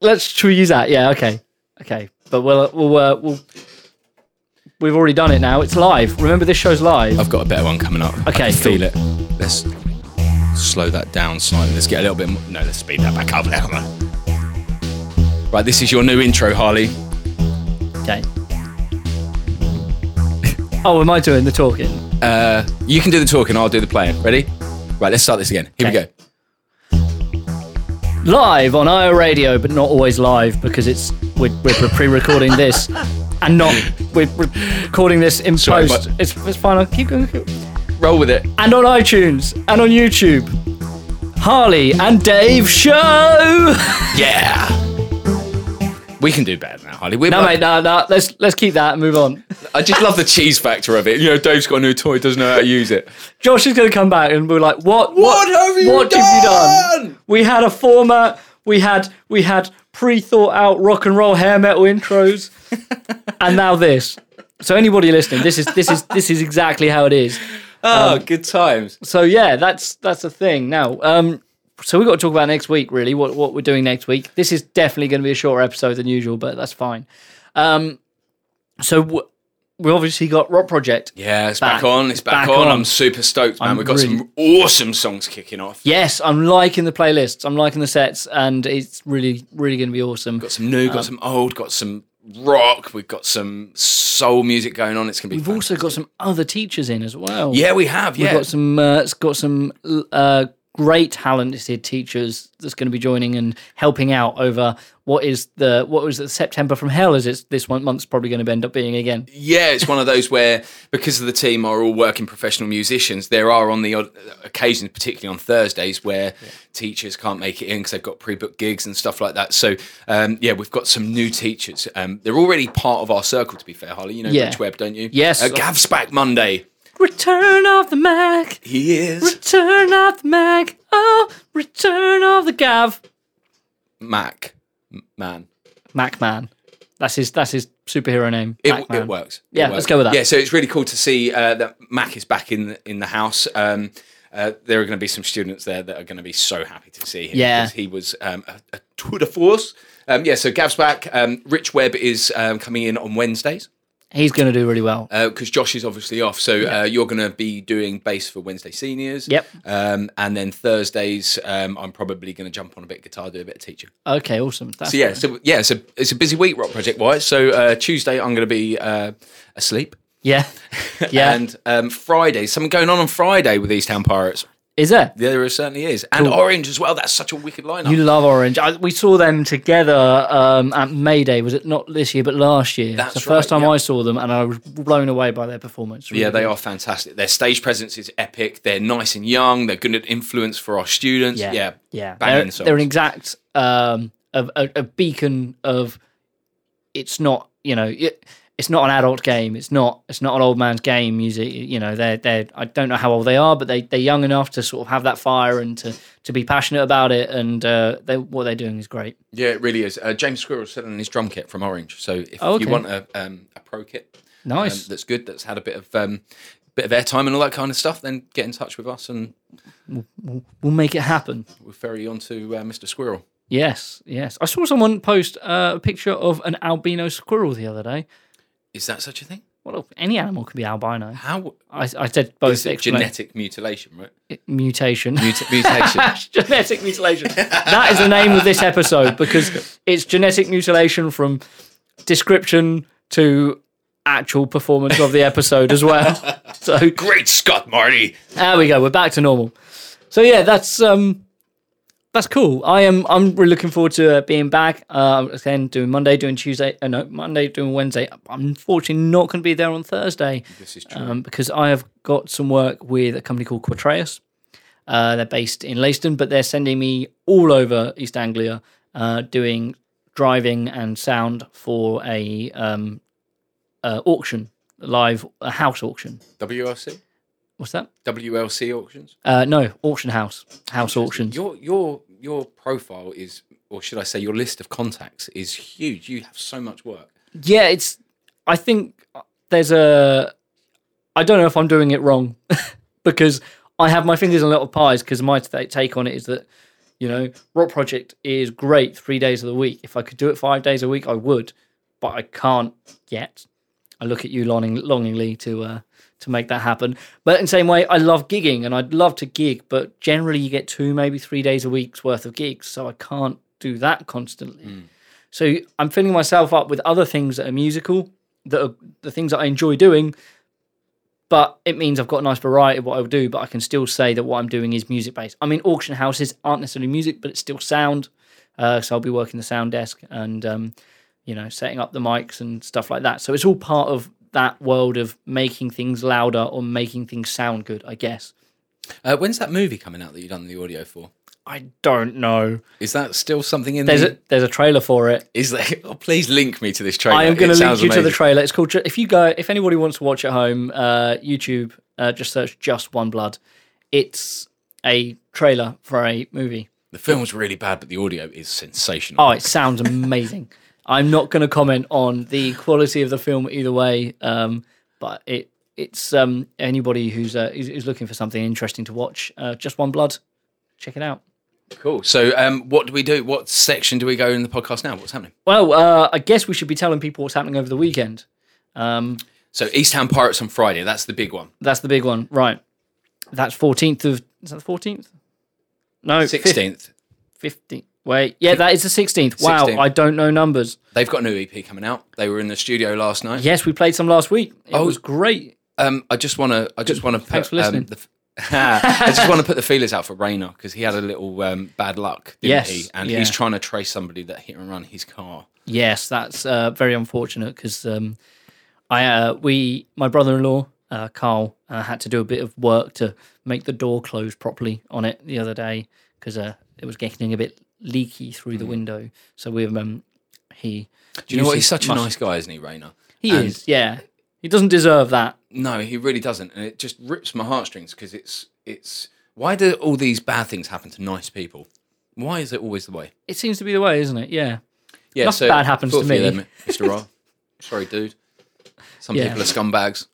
Let's should we use that? Yeah. Okay. Okay. But we'll we'll uh, we'll. We've already done it now. It's live. Remember, this show's live.
I've got a better one coming up.
Okay,
I can feel
cool.
it. Let's slow that down slightly. Let's get a little bit. More. No, let's speed that back up. Right, this is your new intro, Harley.
Okay. oh, am I doing the talking?
You can do the talking. I'll do the playing. Ready? Right, let's start this again. Here we
Okay.
go.
live on IO Radio, but not always live because it's we're, we're we're pre-recording (laughs) this and not we're we're recording this in
Sorry,
post.
but-
It's, it's fine. I'll keep going. keep going.
Roll with it.
and on iTunes and on YouTube. Harley and Dave show. (laughs)
Yeah. We can do better now, Harley. We're
No,
both-
mate, no, no. Let's let's keep that and move on.
I just love the cheese factor of it. You know, Dave's got a new toy, doesn't know how to use it.
Josh is going to come back and we're like, what? What,
have you
what have you
done?
done? We had a format. We had we had pre-thought out rock and roll hair metal
(laughs)
intros, and now this. So anybody listening, this is this is this is exactly how it is.
Oh, good times.
So yeah, that's that's the thing. Now, um, so we've got to talk about next week, really. What what we're doing next week? This is definitely going to be a shorter episode than usual, but that's fine. Um, so w- we obviously got Rock Project.
Yeah, it's back,
Back.
on. It's back,
Back
on.
on.
I'm super stoked, man.
I'm
We've got
really-
some awesome songs kicking off.
Yes, I'm liking the playlists. I'm liking the sets, and it's really really going to be awesome.
Got some new, got
Um,
some old, got some rock. We've got some soul music going on. It's gonna be.
We've
fun.
also got some other teachers in as well.
yeah, we have.
we've
Yeah,
got some uh, it's got some l- uh, great talented teachers that's going to be joining and helping out over what is the what was it September from Hell is it this one month's probably going to end up being again.
yeah. It's one of those where because of the team are all working professional musicians, there are on the odd uh, occasions, particularly on Thursdays, where teachers can't make it in because they've got pre-booked gigs and stuff like that. So um, yeah, we've got some new teachers. Um, they're already part of our circle. To be fair, Holly, you know
Yeah.
Rich Webb, don't you?
Yes.
Uh, Gav's back Monday.
Return of the Mac,
He is
return of the Mac, oh, return of the Gav,
Mac M- man.
Mac Man. That's his that's his superhero name.
It,
Mac Man.
it works. It
Yeah, let's
works.
go with that.
Yeah, so it's really cool to see uh, that Mac is back in in the house. Um, uh, there are going to be some students there that are going to be so happy to see him.
Yeah.
because he was um, a, a tour de force. Um, yeah, so Gav's back. Um, Rich Webb is um, coming in on Wednesdays
He's going to do really well.
because Josh is obviously off. So uh, you're going to be doing bass for Wednesday seniors.
Yep.
Um, and then Thursdays, um, I'm probably going to jump on a bit of guitar, do a bit of teaching.
Okay, awesome. That's
So yeah, so yeah, so it's a busy week rock project wise. So uh, Tuesday, I'm going to be uh, asleep. (laughs)
yeah, yeah.
And um, Friday, something going on on Friday with East Town Pirates.
is there?
Yeah, there certainly is. And Orange as well. That's such a wicked lineup.
You love Orange. I, we saw them together um, at Mayday. Was it not this year, but last year?
That's
the first
right,
time
yeah.
I saw them, and I was blown away by their performance.
yeah,
really.
they are fantastic. Their stage presence is epic. They're nice and young. They're good at influence for our students. Yeah.
yeah,
Banging
They're,
songs.
they're an exact um, a, a, a beacon of. It's not you know it, it's not an adult game. It's not it's not an old man's game. Music. You know they're they I don't know how old they are, but they they're young enough to sort of have that fire and to to be passionate about it. And uh, they, what they're doing is great.
yeah, it really is. Uh, James Squirrel's selling his drum kit from Orange. So if
Oh,
you
okay.
want a, um, a pro kit um,
Nice.
that's good, that's had a bit of um, bit of airtime and all that kind of stuff, then get in touch with us and
we'll make it happen.
we'll ferry you on to uh, Mr. Squirrel.
Yes, yes. I saw someone post uh, a picture of an albino squirrel the other day.
Is that such a thing?
Well, any animal can be albino.
How
I, I said both
is it
expla-
genetic mutilation,
(laughs)
right?
mutation.
Mut- (laughs) mutation.
(laughs) genetic mutilation. that is the name of this episode because it's genetic mutilation from description to actual performance of the episode as well. (laughs) So
Great Scott, Marty.
there we go. We're back to normal. So yeah, that's um, that's cool. I am. I'm really looking forward to uh, being back. Uh, again, doing Monday, doing Tuesday. Uh, no, Monday, doing Wednesday. I'm unfortunately not going to be there on Thursday
This is true.
um, because I have got some work with a company called Quatreus. Uh, they're based in Leyston, but they're sending me all over East Anglia uh, doing driving and sound for a um, uh, auction, live a house auction.
WRC?
What's that?
WLC auctions?
Uh, no, auction house, house auctions.
Your your your profile is or should I say your list of contacts is huge. You have so much work.
Yeah, it's. I think there's a. I don't know if I'm doing it wrong, (laughs) because I have my fingers in a lot of pies. Because my t- take on it is that, you know, Rock Project is great three days of the week. If I could do it five days a week, I would, but I can't yet. I look at you longing, longingly to uh, to make that happen. But in the same way, I love gigging and I'd love to gig, but generally you get two, maybe three days a week's worth of gigs, so I can't do that constantly. So I'm filling myself up with other things that are musical, that are the things that I enjoy doing. But it means I've got a nice variety of what I do, but I can still say that what I'm doing is music based. I mean, auction houses aren't necessarily music, but it's still sound. Uh, so I'll be working the sound desk and, um, you know, setting up the mics and stuff like that. So it's all part of that world of making things louder or making things sound good, I guess.
Uh, when's that movie coming out that you've done the audio for?
I don't know.
Is that still something in
There's
the?
a there's a trailer for it.
Is that? (laughs) Oh, please link me to this trailer.
I am
It
going to link
sounds
you to the
amazing.
trailer. It's called. Ju- If you go, if anybody wants to watch at home, uh, YouTube, uh, just search "Just One Blood." It's a trailer for a movie.
The film was really bad, but the audio is sensational.
Oh, it sounds
(laughs)
amazing. I'm not going to comment on the quality of the film either way, um, but it it's um, anybody who's uh, is, is looking for something interesting to watch. Uh, Just One Blood, check it out.
cool. So, um, what do we do? What section do we go in the podcast now? What's happening?
Well, uh, I guess we should be telling people what's happening over the weekend. Um,
So, East Ham Pirates on Friday. That's the big one.
That's the big one, right? That's fourteenth of is that the fourteenth? No,
Sixteenth.
fifteenth. Wait, yeah, that is the sixteenth. Wow,
16th.
I don't know numbers.
They've got a new EP coming out. They were in the studio last night.
Yes, we played some last week. It
Oh.
was great.
Um, I just want to. I just want to.
Thanks for listening.
Um, the, f- (laughs) I just want to put the feelers out for Raynor because he had a little um, bad luck, didn't
Yes,
he? And
yeah.
he's trying to trace somebody that hit and run his car.
Yes, that's uh, very unfortunate because um, I uh, we my brother-in-law uh, Carl uh, had to do a bit of work to make the door close properly on it the other day because uh, it was getting a bit leaky through the window. So we um he.
Mm. Do you know what? He's such a nice guy, isn't he, Raynor?
He is. Yeah, he doesn't deserve that.
No, he really doesn't, and it just rips my heartstrings because it's it's. Why do all these bad things happen to nice people? Why is it always the way?
It seems to be the way, isn't it? Yeah.
Yeah,
Nothing bad happens to
feel for you
me.
then, Mr. (laughs) R. Sorry, dude. Some
Yeah.
people are scumbags.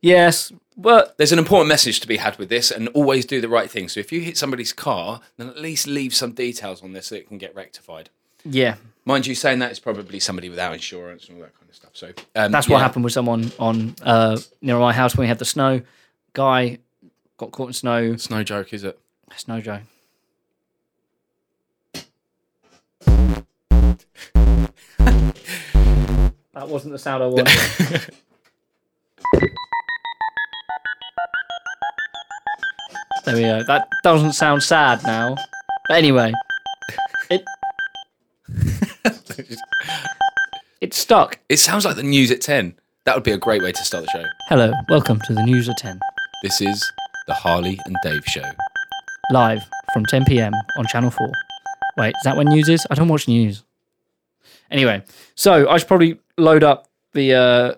Yes. Well,
There's an important message to be had with this, and always do the right thing. So if you hit somebody's car, then at least leave some details on this so it can get rectified.
yeah.
Mind you, saying that is probably somebody without insurance and all that kind of stuff. So um,
That's what
yeah.
happened with someone on uh, near my house when we had the snow. Guy got caught in snow.
It's no joke, is it?
Snow Joe. that wasn't the sound I wanted. (laughs) there we go. That doesn't sound sad now. But anyway, it (laughs) it's stuck.
It sounds like the news at ten. That would be a great way to start the show.
Hello, welcome to the news at ten.
This is the Harley and Dave show.
live from 10 p.m. on Channel 4. Wait, is that when news is? I don't watch news. Anyway, so I should probably load up the uh,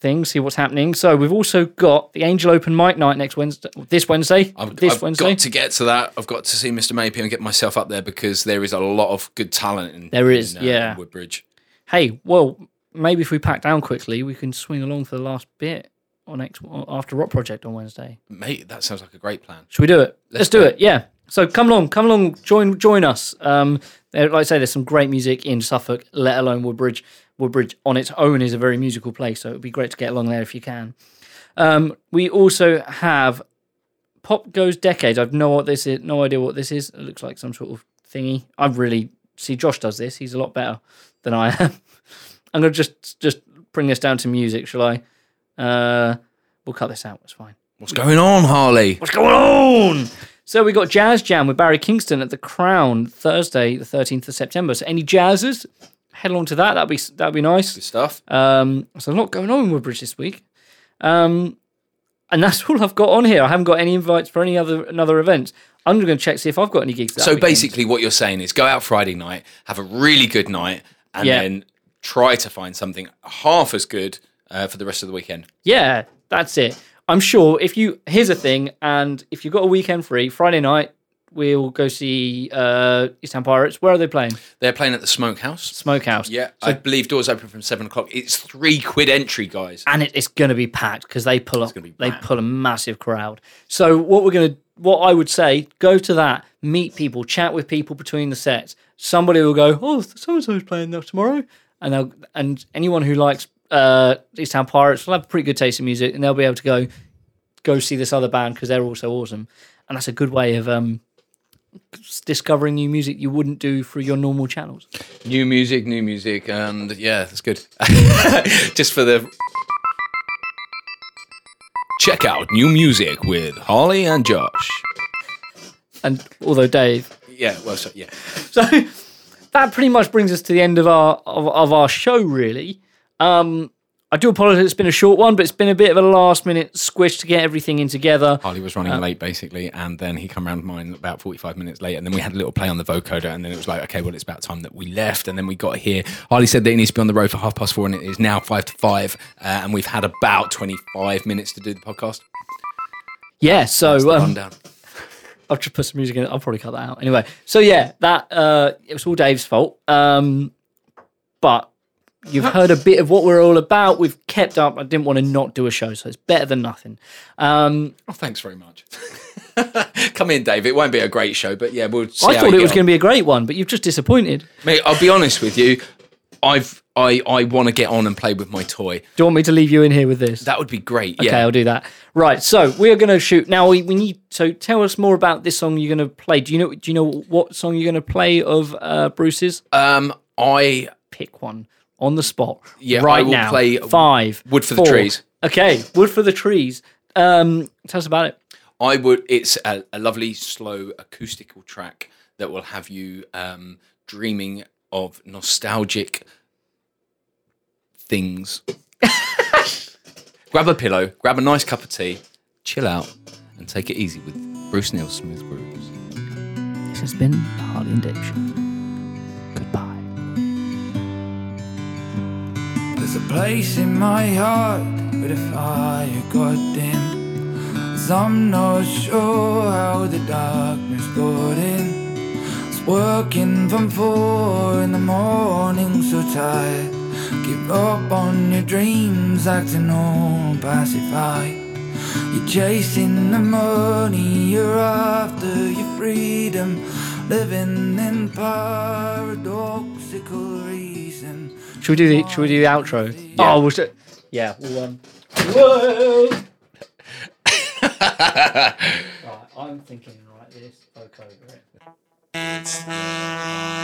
thing, see what's happening. So we've also got the Angel Open Mic Night next Wednesday, this Wednesday,
I've,
this
I've
Wednesday.
got to get to that. I've got to see Mr. Mapi and get myself up there because there is a lot of good talent in
There is,
in,
yeah.
in Woodbridge.
Hey, well, maybe if we pack down quickly, we can swing along for the last bit on next after Rock Project on Wednesday.
Mate, that sounds like a great plan.
Should we do it? Let's, do
do
it. Yeah. So come along, come along, join join us. Um, there- like I say, there's some great music in Suffolk, let alone Woodbridge. Woodbridge on its own is a very musical place, so it'd be great to get along there if you can. Um, we also have Pop Goes Decades. I've no what this is, no idea what this is. It looks like some sort of thingy. I really see Josh does this. He's a lot better than I am. (laughs) I'm gonna just just bring this down to music, shall I? Uh, we'll cut this out. It's fine.
What's going on, Harley?
What's going on? So we got Jazz Jam with Barry Kingston at the Crown Thursday, the thirteenth of September. So any jazzers, head along to that. That'd be that'd be
Good
nice.
stuff.
Um, so a lot going on in Woodbridge this week, um, and that's (laughs) all I've got on here. I haven't got any invites for any other another events. I'm going to check see if I've got any gigs. That
so
weekend.
basically, what you're saying is go out Friday night, have a really good night, and
Yeah.
then try to find something half as good uh, for the rest of the weekend.
Yeah, that's it. I'm sure if you here's a thing, and if you've got a weekend free, Friday night we'll go see uh, East Ham Pirates. Where are they playing?
They're playing at the Smokehouse.
Smokehouse.
Yeah, I believe doors open from seven o'clock. It's three quid entry, guys.
and it, it's going to be packed because they pull up,
gonna be
they
packed.
pull a massive crowd. So what we're going to, what I would say, go to that, meet people, chat with people between the sets. Somebody will go, oh, so and so's playing that tomorrow, and they'll, and anyone who likes uh, East Town Pirates will have a pretty good taste in music, and they'll be able to go, go see this other band because they're also awesome, and that's a good way of um, discovering new music you wouldn't do through your normal channels.
New music, new music, and yeah, that's good. (laughs) Just for the. Check out new music with Harley and Josh.
And although Dave,
Yeah, well, so, yeah.
so (laughs) that pretty much brings us to the end of our of, of our show really um I do apologise. It's been a short one, but it's been a bit of a last minute squish to get everything in together.
Harley was
Uh.
running late basically, and then he come round mine about forty five minutes late, and then we had a little play on the vocoder, and then it was like, okay, well, it's about time that we left, and then we got here. Harley said that he needs to be on the road for half past four, and it is now five to five, uh, and we've had about twenty five minutes to do the podcast.
Yeah, so
Well
um,
done.
I'll just put some music in. I'll probably cut that out anyway. So yeah, that uh, it was all Dave's fault. Um, but you've heard a bit of what we're all about. We've kept up. I didn't want to not do a show, so it's better than nothing. Um,
Oh, thanks very much. (laughs) Come in, Dave. It won't be a great show, but yeah, we'll. See
I thought it was going to be a great one, but you've just disappointed.
Mate, I'll be honest with you. I've I I want to get on and play with my toy.
Do you want me to leave you in here with this?
That would be great.
Okay,
yeah.
I'll do that. Right, so we are going to shoot now. We, we need so tell us more about this song you're going to play. Do you know? Do you know what song you're going to play of uh, Bruce's?
Um, I
Pick one on the spot.
Yeah, I
right
will
now.
play
Five.
Wood for the
four.
Trees.
Okay, Wood for the Trees. Um, tell us about it.
I would. It's a, a lovely, slow acoustical track that will have you um, dreaming of nostalgic things. grab a pillow, grab a nice cup of tea, chill out, and take it easy with Bruce Neil Smith Bruce.
This has been the Harley and Dave Show. Goodbye.
There's a place in my heart where the fire got dim. 'Cause I'm not sure how the darkness got in. It's working from four in the morning, so tired. Give up on your dreams, acting all pacified. You're chasing the money, you're after your freedom, living in paradoxical reason.
Should we do the Should we do the outro? Oh, we'll sh- yeah. We'll, um, (laughs) right, I'm thinking right this. Okay.